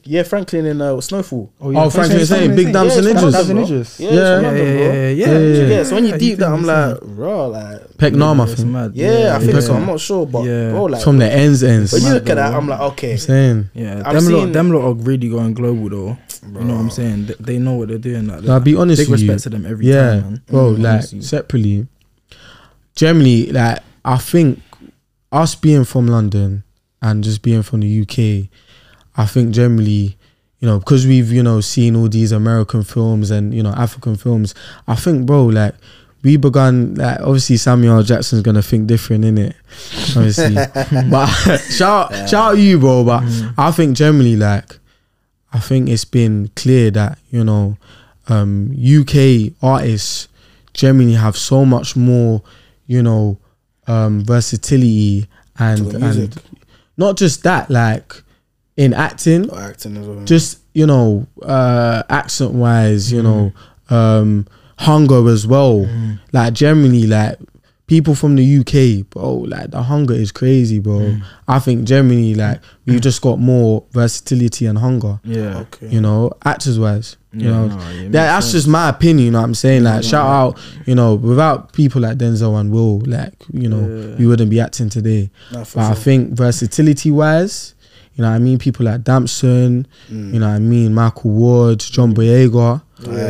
yeah Franklin in uh, Snowfall.
yeah. Oh, Franklin Saint, Big Damn
yeah,
Damson
it's
Ninjas.
from
Damson
London, bro.
Ninjas.
Yeah, yeah,
Yeah,
yeah,
yeah, yeah, yeah,
yeah,
yeah, yeah.
So when you
Yeah,
deep
you
that,
think
I'm
it's
like, raw, like,
Peck Nam, I
It's
think.
mad.
yeah, I think so.
yeah.
I'm not sure, but
Yeah.
bro, like,
It's From the ends, ends.
when you
I'm
look at that, I'm like, okay,
saying.
Yeah,
I've
them
seen-
lot, them lot are really going global though. You know what I'm saying? They, they know what they're doing. Like,
I'll be honest
big
with you.
respect to them every
yeah,
time. man.
bro.
Mm,
like
honestly.
separately, generally, like I think us being from London and just being from the UK, I think generally, you know, because we've you know seen all these American films and you know African films, I think, bro, like. We begun like obviously Samuel L. Jackson's gonna think different in it, obviously. but shout shout out you, bro. But
Mm.
I think generally, like, I think it's been clear that you know um, UK artists generally have so much more, you know, um, versatility
To
and
the music.
and not just that, like in acting,
Or acting as well.
just you know, uh, accent wise, you know, um, hunger as well.
Mm.
Like generally, like people from the UK, bro, like the hunger is crazy, bro.
Mm.
I think generally, like we've just got more versatility and hunger
yeah,
okay.
you know, actors wise. You
Yeah,
know,
no, yeah,
that,
makes
that's just my opinion. You know what I'm saying? Like, shout out, you know, without people like Denzel and Will, like, you know, we wouldn't be acting today.
Nah,
but
for
I
sure.
think versatility wise,
Mm.
you know, what I mean, people like Damson, you know, what I mean, Michael Ward, John Boyega,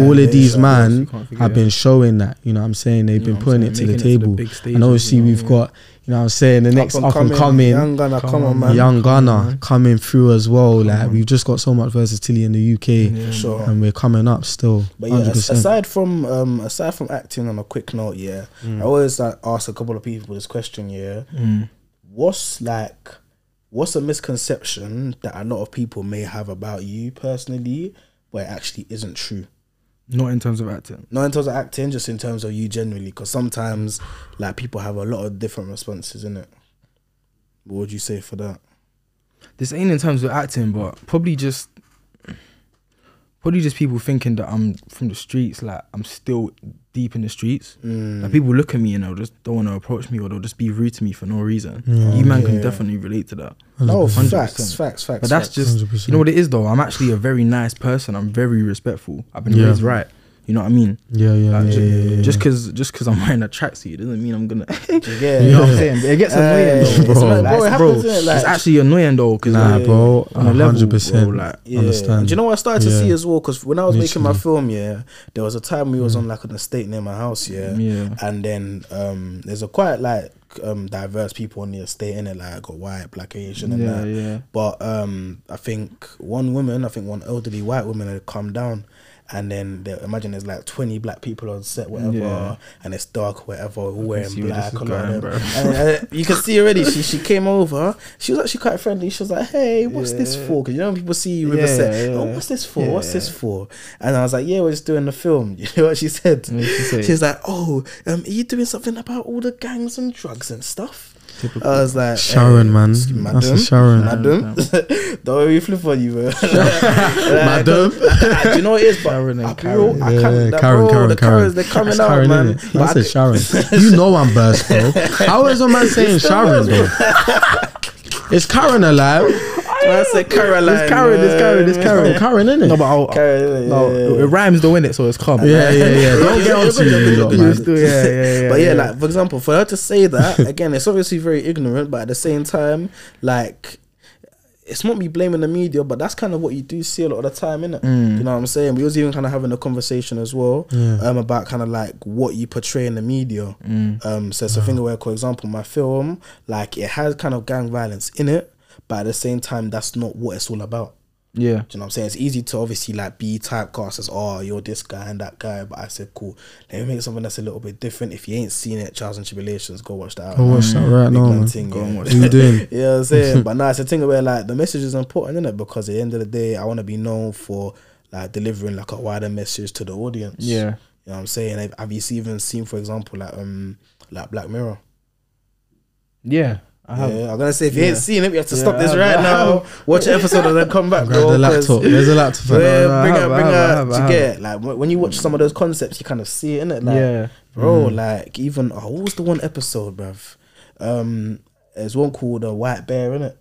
all of these
yeah.
man
You can't figure
have
it
been showing that. You know what I'm saying? They've
You
been
know what I'm
putting it to
saying?
the
Making it to the
table.
big stages,
and obviously
you know
we've
what I
got. You know what I'm saying? The next up and coming
young gunner,
Come
come on,
on,
man.
young Ghana coming through as well. like
on.
we've just got so much versatility in the UK,
Yeah.
Sure.
and we're coming up still.
But yeah, as-
100%.
aside from um, aside from acting, on a quick note, yeah,
Mm.
I always like ask a couple of people this question, yeah. What's like, what's a misconception that a lot of people may have about you personally, where it actually isn't true?
Not in terms of acting.
Not in terms of acting, just in terms of you generally, because sometimes like people have a lot of different responses in it. What would you say for that?
This ain't in terms of acting, but probably just probably just people thinking that I'm from the streets. Like I'm still deep in the streets.
Mm.
Like
Mm.
people look at me and they'll just don't want to approach me or they'll just be rude to me for no reason.
Mm.
You man can
Yeah.
definitely relate to that.
No,
100%.
Oh, facts, facts, facts.
But that's
facts.
just
100%.
you know what it is though. I'm actually a very nice person. I'm very respectful. I've been
Yeah.
raised right. You know what I mean?
Yeah, yeah,
Like,
yeah,
ju-
yeah, yeah, yeah.
Just because just because I'm wearing a tracksuit doesn't mean I'm gonna.
yeah.
You know what I'm saying? But it gets
Hey,
annoying, though.
it's
Bro.
like-
Like,
bro, it
bro,
happens, innit?
it's
Like,
actually annoying though, because
nah,
yeah,
bro,
on a level,
hundred percent.
bro, like,
Yeah.
Understand?
Do you know what I started
Yeah.
to see as well? Because when I was making my
Literally.
film, yeah, there was a time we was on like an estate near my house, yeah,
Yeah.
and then um, there's a quite like um diverse people on the estate in it, like got white, black, Asian, and
Yeah,
that.
yeah.
But um, I think one woman, I think one elderly white woman had come down. And then they, imagine there's like 20 black people on set, whatever,
Yeah.
and it's dark, whatever, all wearing
see where
black.
this is
all of
going,
them.
bro.
And, and you can see already, she, she came over. She was actually quite friendly. She was like, hey, what's this for? Because you know when people see you with a
Yeah,
set,
yeah.
oh, what's this for? What's this for? And I was like, yeah, we're just doing the film. You know what she said?
did she say?
She was like, oh, um, are you doing something about all the gangs and drugs and stuff? I was like,
Sharon,
"Eh,
man.
s-
That's a Sharon.
Madam, don't worry, flip on you, bro.
Madam.
Do you know what it is? But
Sharon and
I, bro, I can't,
Yeah, yeah,
that-
Karen,
bro,
Karen,
the
Karen.
Karens, they're coming
That's
out,
Karen,
man.
innit?
But I
That's a
could-
Sharon. you know I'm burst, bro. How is a man saying Sharon, bro? Is Karen alive?
When I said Caroline,
It's Karen, it's Karen, it's
man.
Karen, Karen, innit?
No, but I'll,
Karen, yeah,
no,
yeah,
it-
yeah.
it rhymes though, innit? So it's calm.
yeah, yeah, yeah.
Yeah,
Don't get
yeah,
on to
yeah, yeah,
you, lot,
yeah,
man.
It's still- yeah, yeah, yeah.
but yeah,
yeah.
like for example, for her to say that again, it's obviously very ignorant, but at the same time, like it's not me blaming the media, but that's kind of what you do see a lot of the time, innit?
Mm.
You know what I'm saying? We was even kind of having a conversation as well um, about kind of like what you portray in the media.
Mm.
Um, so it's a thing where, for example, my film, like it has kind of gang violence in it, but at the same time, that's not what it's all about.
yeah.
Do you know what I'm saying? It's easy to obviously like be typecast as oh you're this guy and that guy, but I said cool. Let me make something that's a little bit different. If you ain't seen it, Trials and Tribulations, go watch that.
Go watch that right
Big
now,
man
man.
Thing,
Go
yeah.
and watch
What you doing?
You know what I'm saying? but now it's a thing where like the message is important, isn't it? Because at the end of the day, I want to be known for like delivering like a wider message to the audience.
Yeah.
You know what I'm saying? Have- Have you even seen, for example, like um like Black Mirror?
Yeah. I have.
Yeah, I'm gonna say if you ain't
Yeah.
seen it, we have to
Yeah,
stop this
I
right
have.
now. Watch an episode and then come back.
Grab
bro,
the
'cause-
laptop. There's a laptop.
yeah,
no, no, I
bring
have,
her,
I
bring
have, I
her
have, I
to
have.
get like wh- when you watch some of those concepts, you kind of see it, innit? Like,
Yeah.
bro, like even oh, what was the one episode, bruv? Um, there's one called a white bear, innit?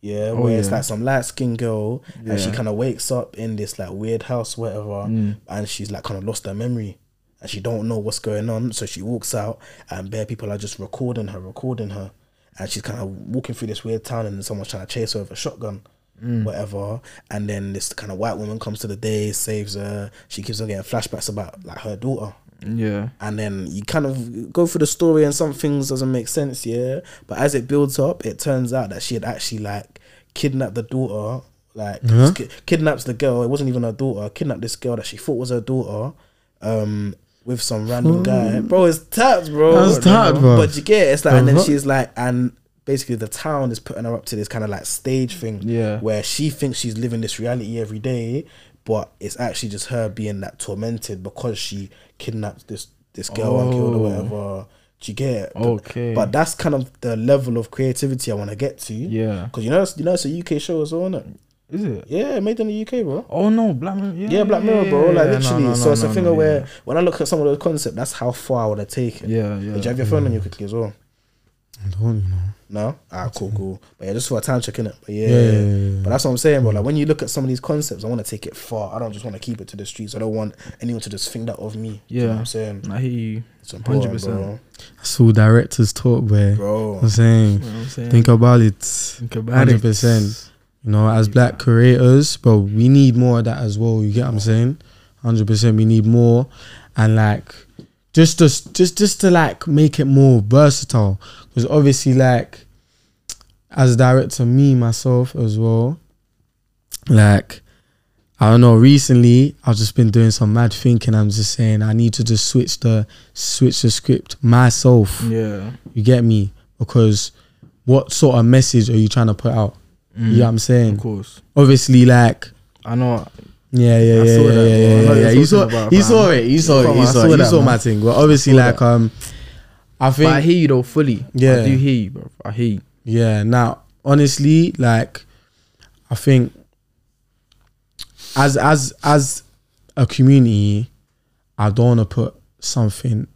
Yeah, where it's
yeah.
like some light skinned girl and she kind of wakes up in this like weird house, whatever, and she's like kind of lost her memory and she don't know what's going on. So she walks out and bare people are just recording her, recording her, and she's kind of walking through this weird town and someone's trying to chase her with a shotgun. Whatever, and then this kind of white woman comes to the day, saves her. She keeps on getting flashbacks about like her daughter
Yeah.
and then you kind of go through the story and some things doesn't make sense yeah but as it builds up it turns out that she had actually like kidnapped the daughter like just ki- kidnaps the girl it wasn't even her daughter kidnapped this girl that she thought was her daughter um with some random guy bro it's tapped bro
That's tapped, bro.
but you get it, it's like and then
Uh-huh.
she's like and basically the town is putting her up to this kind of like stage thing
Yeah.
where she thinks she's living this reality every day, but it's actually just her being that tormented because she kidnapped this this girl and killed her,
Oh.
whatever. Do you get? it? But-
Okay.
But that's kind of the level of creativity I want to get to.
Yeah.
Because you know, it's, you know, it's a UK show as well, is
Is it?
Yeah, made in the UK, bro.
Oh no, Black Mirror. Yeah,
Yeah, Black
yeah,
Mirror, bro.
yeah,
Like
yeah. No,
literally.
no,
so
no,
it's a
no,
thing
no,
where
yeah.
when I look at some of those concepts, that's how far I would have taken.
Yeah,
Did you
yeah.
have your phone on you quickly as well?
Don't you know?
No? Ah, cool, cool. But yeah, just for a time check, innit? But yeah,
Yeah, yeah, yeah, yeah.
But that's what I'm saying, bro. Like when you look at some of these concepts, I want to take it far. I don't just want to keep it to the streets. I don't want anyone to just think that of me. Do you know
Yeah.
what I'm saying?
I hear you.
It's important,
100%.
bro.
That's all directors talk, where
Bro.
I'm saying,
You know what I'm saying?
think about it.
Think about it.
100%. You know, as black creators, bro, we need more of that as well. You get what I'm saying? hundred percent. We need more, and like just to just just to like make it more versatile. Because obviously, like as a director, me myself as well, like I don't know. Recently, I've just been doing some mad thinking. I'm just saying I need to just switch the switch the script myself.
Yeah.
You get me? Because what sort of message are you trying to put out? Yeah, You know what I'm saying?
Of course.
Obviously, like
I know.
yeah, yeah, yeah,
I saw
yeah,
that,
yeah,
bro.
yeah,
I know you're
yeah. You
talking
saw,
about,
you
man.
saw it, you saw
Come
it,
on,
you
I
saw,
saw
it, you
that,
saw
man.
my thing. But obviously,
Saw
like
that.
um, I
But I
think
hear you though fully.
Yeah.
I do hear you, bro. I hear you.
yeah. Now, honestly, like I think as as as a community, I don't want to put something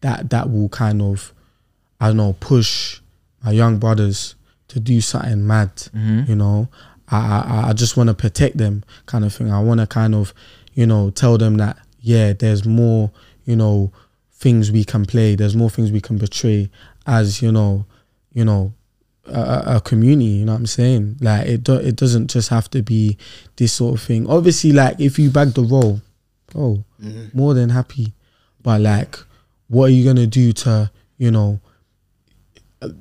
that that will kind of I don't know push my young brothers to do something mad. You know, I I, I just want to protect them, kind of thing. I want to kind of you know tell them that yeah, there's more you know things we can play. There's more things we can portray as you know you know a, a- a community. You know what I'm saying? Like it do, it doesn't just have to be this sort of thing. Obviously, like if you bag the role, oh, more than happy. But like, what are you gonna do to you know,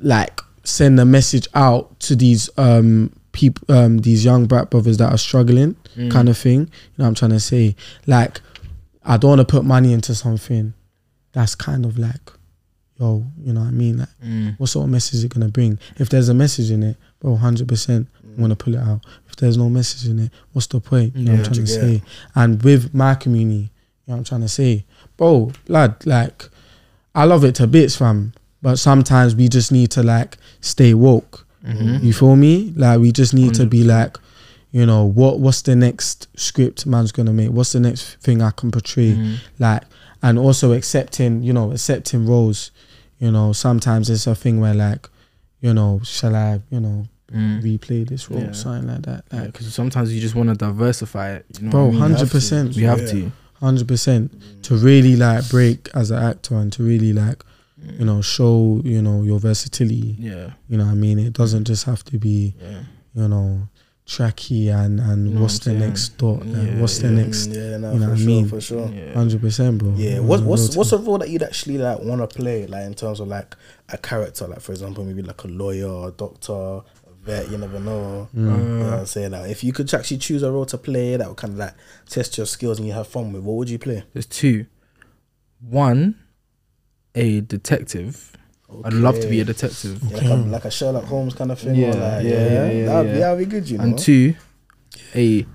like send a message out to these um people, um these young black brothers that are struggling, kind of thing. You know what I'm trying to say? Like, I don't want to put money into something that's kind of like, yo, you know what I mean? Like,
Mm.
what sort of message is it gonna bring? If there's a message in it, bro, hundred percent,
Mm.
I'm gonna pull it out. If there's no message in it, what's the point? You know what I'm trying to
yeah.
say? And with my community, you know what I'm trying to say, bro, lad, like, I love it to bits, fam. But sometimes we just need to like stay woke.
Mm-hmm.
You feel me? Like we just need to be like, you know, what what's the next script man's gonna make? What's the next thing I can portray?
Mm.
Like, and also accepting, you know, accepting roles. You know, sometimes it's a thing where like, you know, shall I, you know,
Mm.
replay this role,
Yeah.
something like that. Like,
Because Mm. sometimes you just want to diversify it. You know
bro,
what I mean?
hundred percent
You have
Yeah.
to.
hundred percent to really like break as an actor and to really like you know show you know your versatility
Yeah.
you know what i mean it doesn't just have to be
Yeah.
you know tracky and and
No,
what's the
I'm saying.
next dot like,
Yeah,
what's the
yeah.
next
Mm, Yeah, no,
you know
for
what I
sure,
mean?
for sure.
Yeah.
hundred percent bro
Yeah,
You
what,
know,
what's
real
what's
talk.
a role that you'd actually like want to play, like in terms of like a character, like for example, maybe like a lawyer, a doctor, a vet. You never know.
Mm.
You know
Uh,
what I'm saying? Like, if you could actually choose a role to play that would kind of like test your skills and you have fun with, what would you play?
There's two. One, a detective. I'd love to be a detective.
Like, a, like a Sherlock Holmes kind of thing.
Yeah,
or like, yeah,
yeah, yeah, yeah,
that'd,
yeah.
Be, that'd be good, you know.
and two, a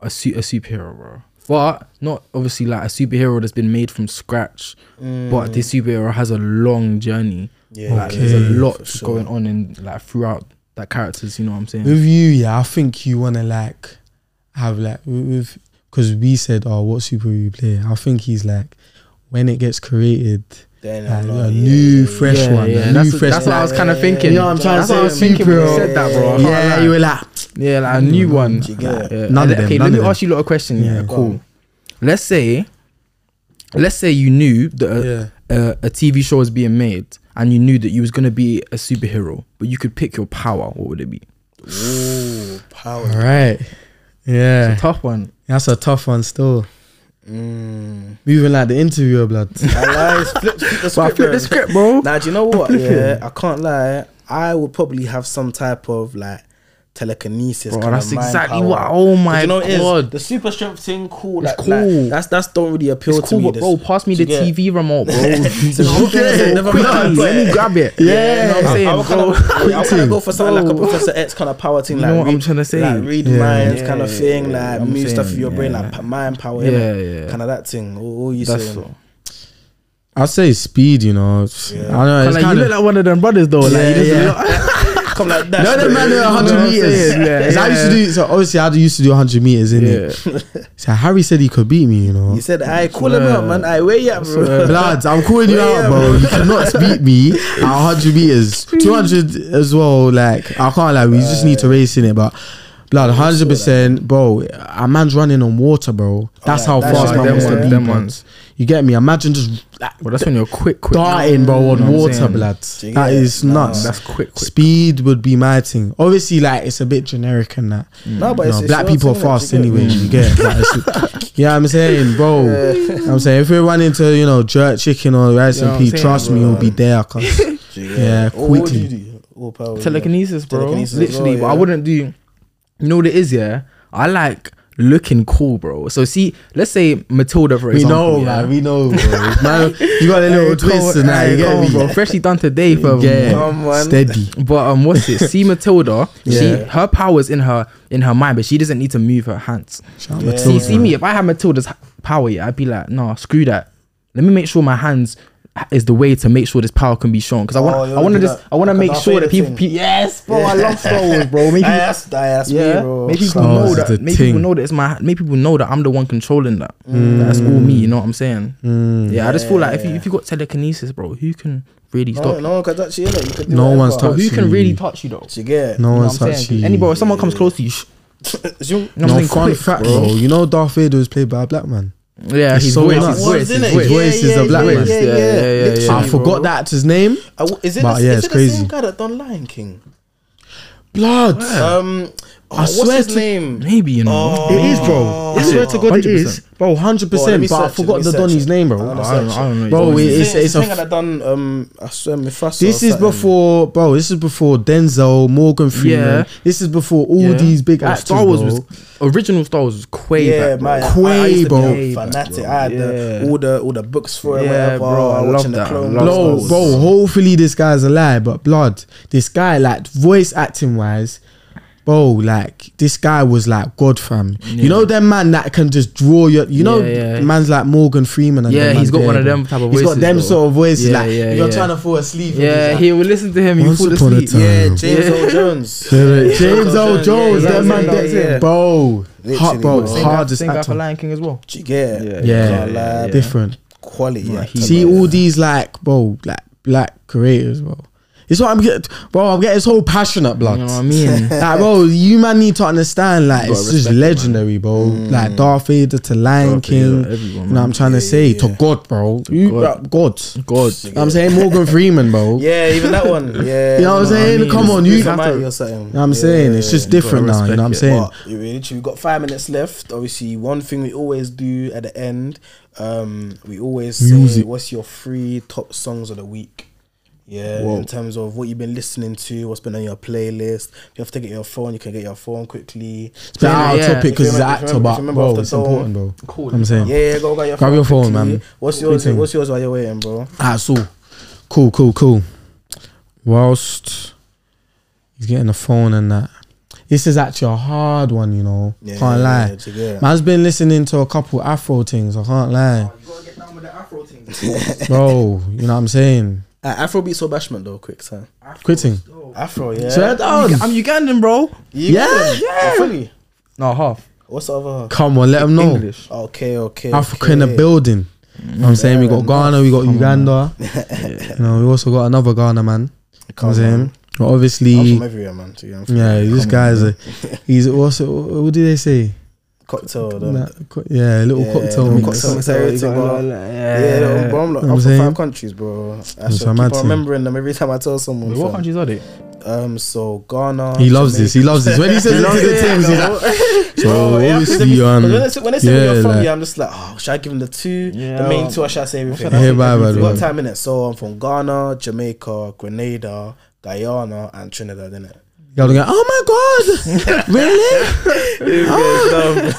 a su- a superhero, bro. But not obviously like a superhero that's been made from scratch.
Mm.
But this superhero has a long journey.
Mm. yeah,
Like there's a
Okay.
lot
for sure.
going on in like throughout that characters. You know what I'm saying?
with you yeah i think you want to like have like with because we said oh what super you play i think he's like when it gets created
Then
like,
I'm
a
like,
new fresh
Yeah,
one
yeah,
a
that's
new
what-
fresh
that's what I was kinda
like,
thinking.
you know what i'm trying
That's what I
to
was
say
thinking when you
superhero.
said that, bro. I can't
yeah
lie.
you were like
Yeah, like a new one.
Do you get it?
Yeah.
None of
Okay,
them, none
Okay, let
of
me
them.
ask you a lot of question. Yeah,
Yeah.
cool. Let's say, let's say you knew that a,
Yeah.
a, a TV show was being made, and you knew that you was gonna be a superhero, but you could pick your power. What would it be?
Ooh,
All
Uh-huh.
power.
right. Yeah.
Tough one.
That's a tough one still.
Mm.
Moving like the interviewer, blood.
I lied. Flip, flip the
But I
script.
flipped
bro.
the script, bro.
Now, do you know what? Yeah, I can't lie. I would probably have some type of like telekinesis.
Bro,
kind
that's
of mind
exactly
power.
what. Oh
But
my
you know what it is?
god.
The super strength thing, cool. like-
It's cool.
like, that's that's don't really appeal
It's
to
cool,
me.
but bro,
this-
pass me
do
the
you get-
TV remote, bro.
So the whole thing is
Yeah,
it never
quickly,
matters.
let me grab it.
Yeah.
you know
I-
what I'm
I
saying,
would kinda-
bro.
yeah, I would kinda go for something like a
Bro.
Professor X kind of power thing,
You
like
know what I'm
read-
tryna say?
like read
Yeah.
minds
Yeah,
kind of
yeah,
thing,
yeah,
like
I'm
move stuff
saying,
through your brain,
yeah.
like p- mind power,
Yeah,
innit?
yeah.
kind of that thing. All, all you
That's
saying,
all.
I'd say speed, you know.
Yeah.
I know. It's
Like, you
kind
look
of.
like one of them brothers though.
Yeah,
like, you just
yeah.
look-
come like that.
No, that
straight.
man, they're
You know
100
what I'm
meters.
saying? Yeah,
Because I used to
yeah.
do, so obviously, I used to do 100 meters, innit? So Harry said he could beat me, you know.
He said, "I call him out, man. I where you at, bro?
Uh, Bloods, I'm calling you out, bro. You cannot beat me at 100 meters. 200 as well, like, I can't lie, we just need to race in it, but Blood, hundred percent, bro. A man's running on water, bro. That's
yeah,
how
that's
fast
just
man
them
wants to
ones,
be.
them
blood.
ones.
You get me? Imagine just like,
Well, that's when you're quick, quick.
darting, bro, on
You know what I'm
water,
saying?
blood.
you
That
get it?
is
Nah,
nuts.
That's quick, quick.
Speed would be my thing. Obviously, like it's a bit generic and that.
Mm.
No, but
You
it's,
know,
it's
black
your
people are
thing, innit?
fast
Do you get
anyway.
me?
You get, it? Like, it's- yeah, I'm saying, bro. I'm saying if we're running to you know jerk chicken or rice
You know
and
what I'm
pee,
saying,
trust me,
bro?
you'll be there. Cause
Do you get
Yeah,
it? What- what would you
quickly.
do? All power, yeah.
Telekinesis, bro.
Telekinesis as
Literally,
well,
but I
yeah.
wouldn't do. You know what it is, yeah. I like looking cool, bro. So see, let's say Matilda, for
we
example.
know,
yeah.
man. We know, bro. Man, you got a little
Hey, come
twist
on,
and that.
hey,
You
come
get
on,
me,
bro. Freshly done today, for
Yeah,
Come on.
steady.
But um, what's it? See Matilda. She
Yeah.
her powers in her in her mind, but she doesn't need to move her hands.
Shout out
Yeah.
See,
Matilda.
see me. If I had Matilda's h- power, yeah, I'd be like, nah, screw that. Let me make sure my hands is the way to make sure this power can be shown. Because I
Oh,
want,
you
I
wanna
want to
do
just,
that,
I want to
like a
make
Darth
sure that
Vader
people,
thing.
pe- yes, bro, I love Star Wars, bro. Make
I
people,
asked, I asked
yeah,
me, bro.
make people
Star
know
Wars is
that,
the
make people
thing. Mm.
know that it's my, make people know that I'm the one controlling that. That's all me. You know what I'm saying? yeah, I just feel like if you, if you got telekinesis, bro, who can really stop?
No, no, because actually, you know, you could do
No one's
Bro,
whatever.
who can
touching
really
you.
touch you though?
Do you get it?
No
You know
one's
what I'm saying?
touching.
Anybody, if someone comes close to you. Sh-
Zoom.
you know what
No
I'm saying?
fun
Quick,
fact,
bro.
bro. You know Darth Vader was played by a black man.
Yeah,
It's
his
so
voice,
nuts.
his voice, his
innit?
voice.
voice is a black
man. Yeah, yeah, yeah, yeah.
Literally,
I forgot
bro.
that that's his name.
I w- Is it,
But
the,
yeah,
is
it's
it the
crazy.
same guy that done Lion King?
Blood.
Um, oh,
I
what's
swear
his
to-
name?
Maybe you know.
Oh.
It is, bro. I
Is
swear
it?
to God, it is, bro. Hundred
Bro, let
percent.
me
But I
search it, let
forgot
me
the
search
Donny's
it.
name, bro.
I
I don't, I don't
Bro,
know. It's
it-
always-
it's
It's,
it's
the same guy
a.
that done. Um, I swear, Mufasa.
This
or
is
something.
before, bro. This is before Denzel, Morgan Freeman.
Yeah.
This is before all
yeah.
these big
Bro,
actors.
Star Wars
bro.
was original Star Wars was Quay
Yeah,
back, bro.
man. I, I
Quay,
used to
bro.
be a fanatic. I had the,
Yeah.
all the all the books for it.
Yeah,
whatever.
bro, I love
watching the
that.
Clone
I love Star
Bro,
Wars.
Wars.
bro, hopefully this guy's alive, but blood, this guy, like voice acting wise, bro, like this guy was like God fam. You know them man that can just draw your you know
Yeah, yeah.
man's like Morgan Freeman and
Yeah,
them
he's
man
got one
there,
of
bro.
them type of
He's got
voices,
them
though.
sort of voices
Yeah,
like
yeah,
if you're
yeah.
trying to fall asleep. and
Yeah,
just
he will listen to him. You
Once
fall
upon a
asleep.
time.
Yeah,
Yeah.
James Earl Jones.
like, James Earl Jones,
yeah,
that
yeah,
man,
yeah,
that's
yeah.
it, bro.
Literally,
Hard, bro,
bro. Same guy-
hardest
Same guy for
actor.
Lion King as well.
Do you get it?
Yeah,
Can't lie,
yeah.
different.
quality.
Right,
actor,
he-
See
bro.
all these like bro, like black creators, bro. It's what I'm getting, bro. I'm getting so passionate,
You
blood.
know what I mean?
like, bro, you man need to understand, like,
You gotta
it's just
respect it, man.
legendary, bro.
Mm.
Like, Darth Vader to Lion
Darth Vader,
King.
everyone,
you know what I'm
man.
trying to say? To
yeah.
God, bro. You,
God.
bro, God. You
God.
know what I'm saying? Morgan Freeman, bro.
Yeah, even that one. Yeah,
You know what I'm saying?
I mean?
Come on,
It's-
you.
it's
You know
have to-
what I'm saying? It's just
gotta
different now. You know what I'm
respect it.
saying?
But we literally we've got five minutes left. Obviously, one thing we always do at the end, um, we always say,
Music.
"What's your three top songs of the week?" Yeah, in terms of what you've been listening to, what's been on your playlist. If you have to get your phone, you can get your phone quickly.
It's been out of
Yeah.
topic because
If
it's
you
an
remember- if you remember-
actor,
if
but
you remember
bro,
off the
it's
dome.
important, bro. You know what I'm saying?
Yeah, go get your
Grab
phone.
your phone,
quickly.
man.
What's yours?
thing.
What's yours while you're waiting, bro?
That's all. Ah, Cool, cool, cool. Whilst he's getting the phone and that. This is actually a hard one, you know.
Yeah,
can't lie.
yeah, to get.
Man's been listening to a couple Afro things. I can't lie, bro. You know what I'm saying?
Uh, Afro beats or bashment though, quick time.
Quitting.
Afro, yeah.
Swear down.
I'm Ugandan, bro.
You
Yeah,
good? You're fully.
No, half.
What's the other? half?
Come on, let them know.
English.
Okay, okay.
Africa
okay.
in the building. You know what I'm saying we got Ghana, we got Uganda. You know, we also got another Ghana man. You know
Come
what I'm saying,
on.
but
I'm
obviously,
from everywhere, man. So, yeah, I'm from
eh? yeah, this
Come
guy's
on.
a. He's also. What do they say?
cocktail. Though.
Nah, co- yeah, little
Yeah,
cocktail
little
mix.
cocktail mix. Yeah, though, bro. I'm, like,
You know what I'm
I'm from
saying?
five countries, bro. I
That's
should
what I'm
keep on
at, yeah.
remembering them every time I tell someone.
What
fam.
countries are they?
Um, so Ghana.
He loves this. He
Jamaica-
loves this. When he says it to the teams, he's like, so
Bro, yeah,
obviously, um,
but when they say, when they say where
yeah,
you're from,
like-
yeah, I'm just like, oh, should I give him the two,
Yeah,
the main
well,
two, or should I say everything?
I Yeah, say bye,
We've
everything? bye,
got
bye.
time in it. So I'm from Ghana, Jamaica, Grenada, Guyana, and Trinidad, innit?
Y'all don't go, oh my god, really?
Um,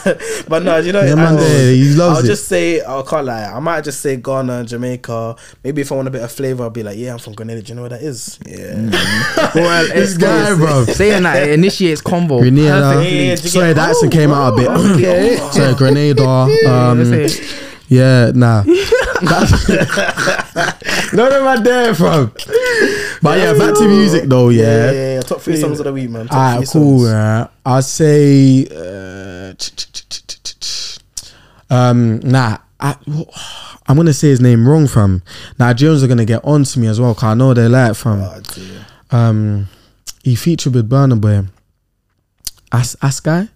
but no, you know,
Yeah,
I
man,
was-
there, he loves
I'll
it.
just say, I can't lie. I might just say Ghana, Jamaica. Maybe if I want a bit of flavor, I'll be like, yeah, I'm from Grenada. Do you know what that is? Mm. Yeah.
Uh,
Well,
This guy, bro.
Saying that it initiates convo.
Grenada.
Perfectly.
Sorry, the accent came out a bit.
Oh, okay.
Sorry, Grenada. Um, yeah, nah. That's- None of my there, bro. But yeah, back to music though.
Yeah,
Yeah.
yeah, yeah. Top three songs of the week, man. Top
Alright,
three
cool.
songs.
Yeah. I say, uh, ch- ch- ch- ch- ch- ch- um, nah. I, am gonna say his name wrong, fam. Nigerians are gonna get on to me as well, cause I
Ah,
know they like, fam.
Oh, dear.
Um, he featured with Burna Boy. As Askai.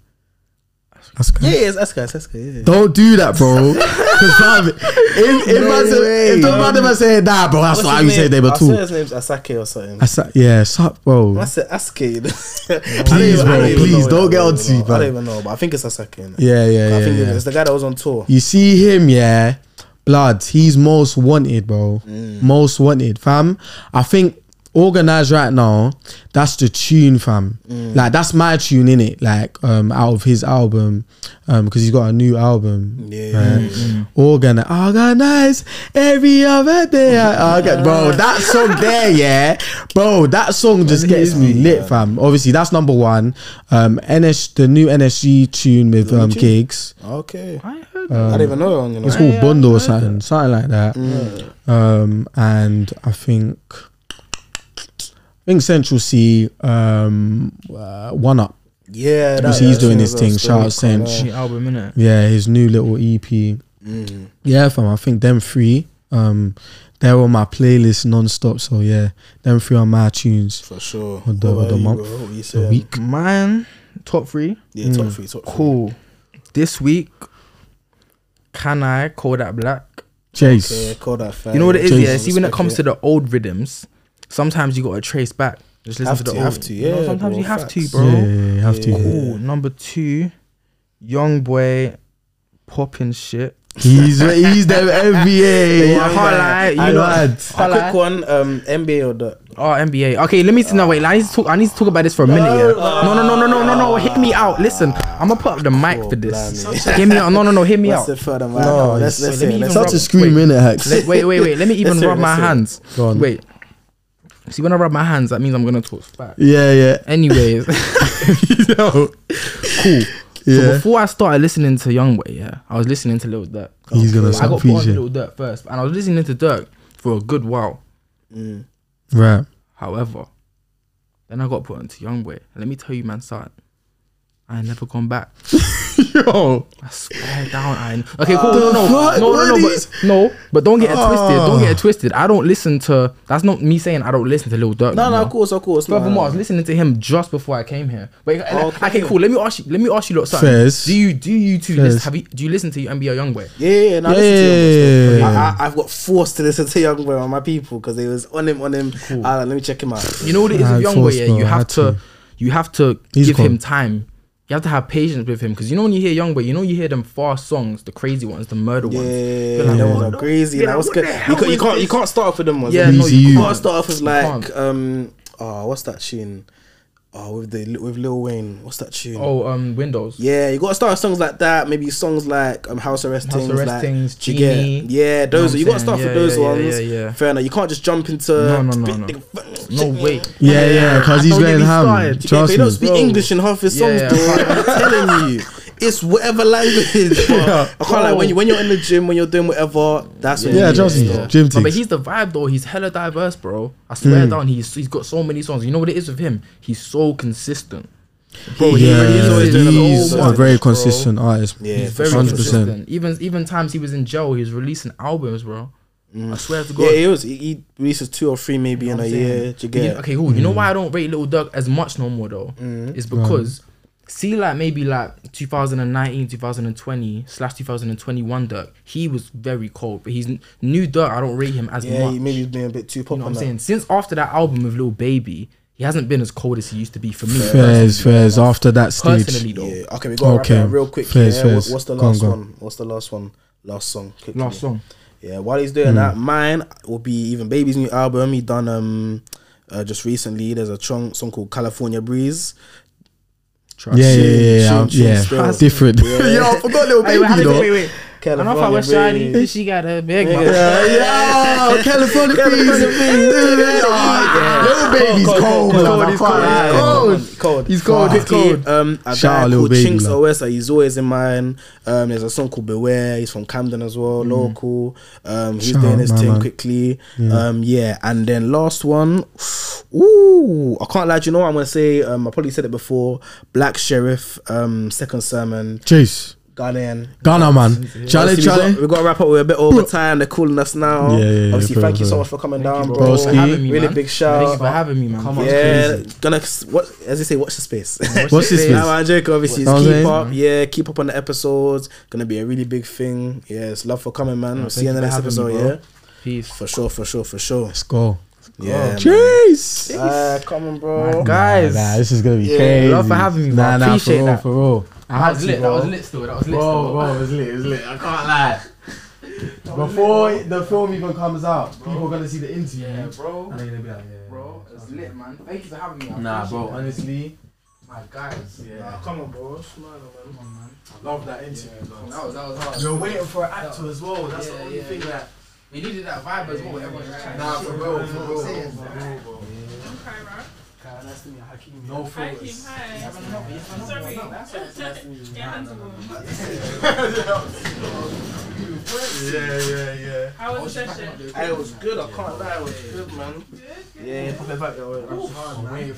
Yeah,
Askai.
yeah, it's Eska, it's Eska, yeah.
Don't do that, bro. Because fam, if if,
No
man say- if
way.
the man ever say nah, bro, that's
What's
not how
his
you say
name?
they were
I swear
too.
his name's Asake or something.
Asa- yeah, suck, bro.
That's it, Asake.
Please, bro, please,
know,
don't
I
get
even
onto me,
know. I
man.
don't even know, but I think it's Asake. innit?
yeah, yeah, yeah.
I think
yeah.
it's the guy that was on tour.
You see him, yeah, blood. He's most wanted, bro. Most wanted, fam. I think organized right now. That's the tune, fam. Like that's my tune in it. Like um, out of his album, um, because he's got a new album.
Yeah.
Mm. Organize, organize every other day. I, I get, bro, that song there, yeah, bro, that song just gets me lit, fam. Obviously, that's number one. Um, NS, the new NSG tune with um,
tune?
gigs.
Okay.
I heard
I don't even know that one. You know.
It's called
Oh, Yeah,
Bondo or
I've heard
something, something like that. Um, and I think, I think Central C, um, uh, One Up.
Yeah, that-
Obviously, he's
that
doing
thing
his
was
thing.
on
Shout out
Story Corner.
Sench.
the album innit?
Yeah, his new little EP.
Mm.
Yeah, fam. I think them three, um, they're on my playlist non-stop. So yeah, them three are my tunes.
For sure.
Or
What
the- or the
about you,
month,
bro? What you
The
saying?
week.
Mine top three.
Yeah, top three, top three.
Mm. Cool. This week, can I call that black?
Okay,
Jace.
call that fire.
You know what it is,
Jesus.
yeah. See, when it comes to the old rhythms, sometimes you gotta trace back. Just listen
Have
to the
to,
old.
have to,
you know,
yeah,
sometimes
bro,
you have to,
facts.
bro.
Yeah, yeah, yeah, have to.
Cool. Number two, young boy, popping shit.
He's he's them NBA.
Yeah, I can't lie, you
I
know.
lied.
a quick one, um, NBA or the
Oh, NBA. Okay, let me see. No, wait. I need to talk. I need to talk about this for a minute. Yeah. No, no, no, no, no, no, no. Hit me out. Listen, I'm gonna put up the mic for this. Hit me out. No, no, no. Hit me
what's
out.
the further man? No, let's
it's-
let's hear
let me
it, let's
even
hear
rub-
Such a scream in it,
Let-
Hex.
wait, wait, wait. Let me even
Let's hear
rub
it,
my
let's hear it.
hands.
Go on.
Wait. See, when I rub my hands, that means I'm gonna talk back.
Yeah, yeah,
Anyways, you know. cool. So
yeah.
before I started listening to Young Way, yeah, I was listening to Lil Durk.
He's gonna
I got
start
put on
featuring.
Lil Durk first, and I was listening to Dirk for a good while.
Mm.
Right.
However, then I got put into Young Boy. Let me tell you, man, son, I ain't never gone back.
Yo.
I swear down, I ain't. Okay, cool.
The
No, no,
fuck?
no, no, no,
What
but,
is-
no, but don't get it twisted. Don't get
Ah.
it twisted. I don't listen to. That's not me saying I don't listen to Lil Durk.
No, no,
you know?
of course, of course. no,
Furthermore, I was
no.
listening to him just before I came here. But okay,
Okay.
cool. Let me ask you. Let me ask you, lot something.
Fairs.
Do you do you two
Fairs.
listen, have you do you listen to NBA YoungBoy?
Yeah, yeah, yeah. no, I
Yeah,
listen to
yeah,
him,
yeah,
I-
yeah.
I, I've got forced to listen to Young Boy on my people because they was on him, on him. Ah, let me check him out.
You know what it is
Nah,
with
it's
YoungBoy.
forced,
yeah,
bro.
you
I
have
had
to,
to.
you have to
He's
give him
gone.
time. You have to have patience with him because you know when you hear YoungBoy, you know you hear them fast songs, the crazy ones, the murder
Yeah,
ones.
yeah,
You're like,
that
what
was
the-
a crazy.
you're
that
like,
was
what
good.
the
You
hell
can't, you
is
can't, you
this?
can't start off with them ones.
Yeah, no,
Easy
you
you.
can't
can't
start off with
You
like
can't.
um, oh, what's that tune? Oh, with the with Lil Wayne, what's that tune?
Oh, um, Windows.
Yeah, you gotta start with songs like that. Maybe songs like um, House Arrest
House
Things,
Arrest
like,
Things,
do you get-
Genie.
Yeah,
Know what
those
I'm
you gotta
saying?
start
Yeah,
with those
yeah, yeah,
ones.
yeah, yeah.
Fair enough. You can't just jump into
No, no, no, no. No, wait.
Yeah, yeah, because he's
Don't get
going
me
ham.
started.
Because
Trust
he
me.
don't speak English in half his songs,
Yeah.
bro. I'm telling you, it's whatever language. bro. I can't like when you when you're in the gym, when you're doing whatever. That's when
Yeah,
you need
trust
it,
me.
bro.
Gym Hmm.
No, but
tics.
he's the vibe though. He's hella diverse, bro. I swear down, he's he's got so many songs. You know what it is with him? He's so consistent. Bro,
He
Yeah,
really is always doing a lot of
he's a
songs,
very
bro.
consistent artist.
Yeah,
He's
for
very
sure.
100%.
consistent. Even even times he was in jail, he was releasing albums, bro. I swear to God.
Yeah, he was. He, he releases two or three maybe in a year. Do you
You-
get?
okay, cool. You know why I don't rate Little Dirk as much no more though?
Mm.
It's because see, like maybe like 2019, 2020 slash 2021 Dirk, he was very cold, but he's new Dirk. I don't rate him as
Yeah,
much.
he maybe he's being a bit too
You know
popular.
what I'm saying? Since after that album with Lil Baby, he hasn't been as cold as he used to be for me.
Fairs, fairs. After that
Personally,
stage.
though.
Yeah. Okay, we got to
Okay.
wrap it up real quick.
Fairs,
yeah.
fairs.
What, what's the
Go on,
last
go on.
one? What's the last one? Last song. quickly.
Last song.
Yeah. While he's
Hmm.
doing that, mine will be even Baby's new album. He done um uh, just recently. There's a song song called California Breeze.
Trash.
Yeah, yeah,
Shane,
yeah,
Shane, Shane
yeah. yeah.
Still.
Different.
Yeah.
Yo, I forgot little
Hey, wait, how
baby.
did-
though.
wait, wait. I know if I was shiny, she got a big one.
Yeah, yeah, California
California
peas.
peas.
Oh
Yeah. Little baby's
Cold, cold,
cold, blood,
cold,
my
he's cold,
father. He's cold.
Cold, cold.
He's cold, he's
Quickly,
cold.
Um, a
Shout out
guy
Lil
called
Baby,
Chinks
lad.
OS. Like, he's always in mine. Um, there's a song called Beware. He's from Camden as well, local. Um, he's
Mm. Shout
doing
out,
his
my
thing
man.
quickly. Um, yeah. And then last one. Ooh, I can't lie. Do you know what I'm gonna say? Um, I probably said it before. Black Sheriff. Um, second sermon.
Chase.
Ghanaian.
Ghana, man. Charlie,
Obviously, we
Charlie.
got, we got to wrap up. We're a bit over time. They're calling us now.
Yeah, yeah, yeah,
Obviously,
bro,
thank you
bro.
so much for coming down,
you,
bro.
bro.
for
Broski.
having me,
Really
man.
big shout.
Thank you for having me, man.
Come on.
Yeah, gonna what as they say, watch the space.
What's this?
Nah, man, joke obviously. Is
What I'm
keep
saying?
up, yeah, keep up on the episodes. Gonna be a really big thing. Yeah, it's love for coming, man. we'll see you in the
thank
next
you for
episode.
having me,
yeah,
bro. Peace.
for sure, for sure, for sure.
Let's go.
Yeah, man.
Jeez.
Ah, come on, bro.
Guys.
Nah, this is gonna be
Yeah,
crazy.
love for having me, bro.
Nah, nah,
Appreciate
for real,
that.
for real. I
That
had
was
to,
lit. That
bro.
was lit still. That was lit
Bro,
still.
bro, it was lit, it was lit. I can't lie. Before the film even comes out, people are gonna see the interview.
Yeah, bro.
And they're gonna be like, yeah,
Bro,
yeah,
it's
yeah.
lit, man. Thank you for having me. I
Nah,
appreciate
bro,
that.
Honestly,
My guys.
yeah,
come on, bro. Smile,
Come on, man.
I love that interview.
That was, that was hard.
bro. You're waiting for an actor as well. That's the
Yeah,
only
yeah,
thing
yeah.
that.
We needed that vibe as well. Everyone's just trying
Nah,
to
for
shit.
real,
You know
for
what
real,
I'm saying?
for real, bro. No filters. Yeah, yeah, yeah.
How was the session?
It was good. I can't lie. It was good, man. Yeah, pop it back that way.
I'm waiting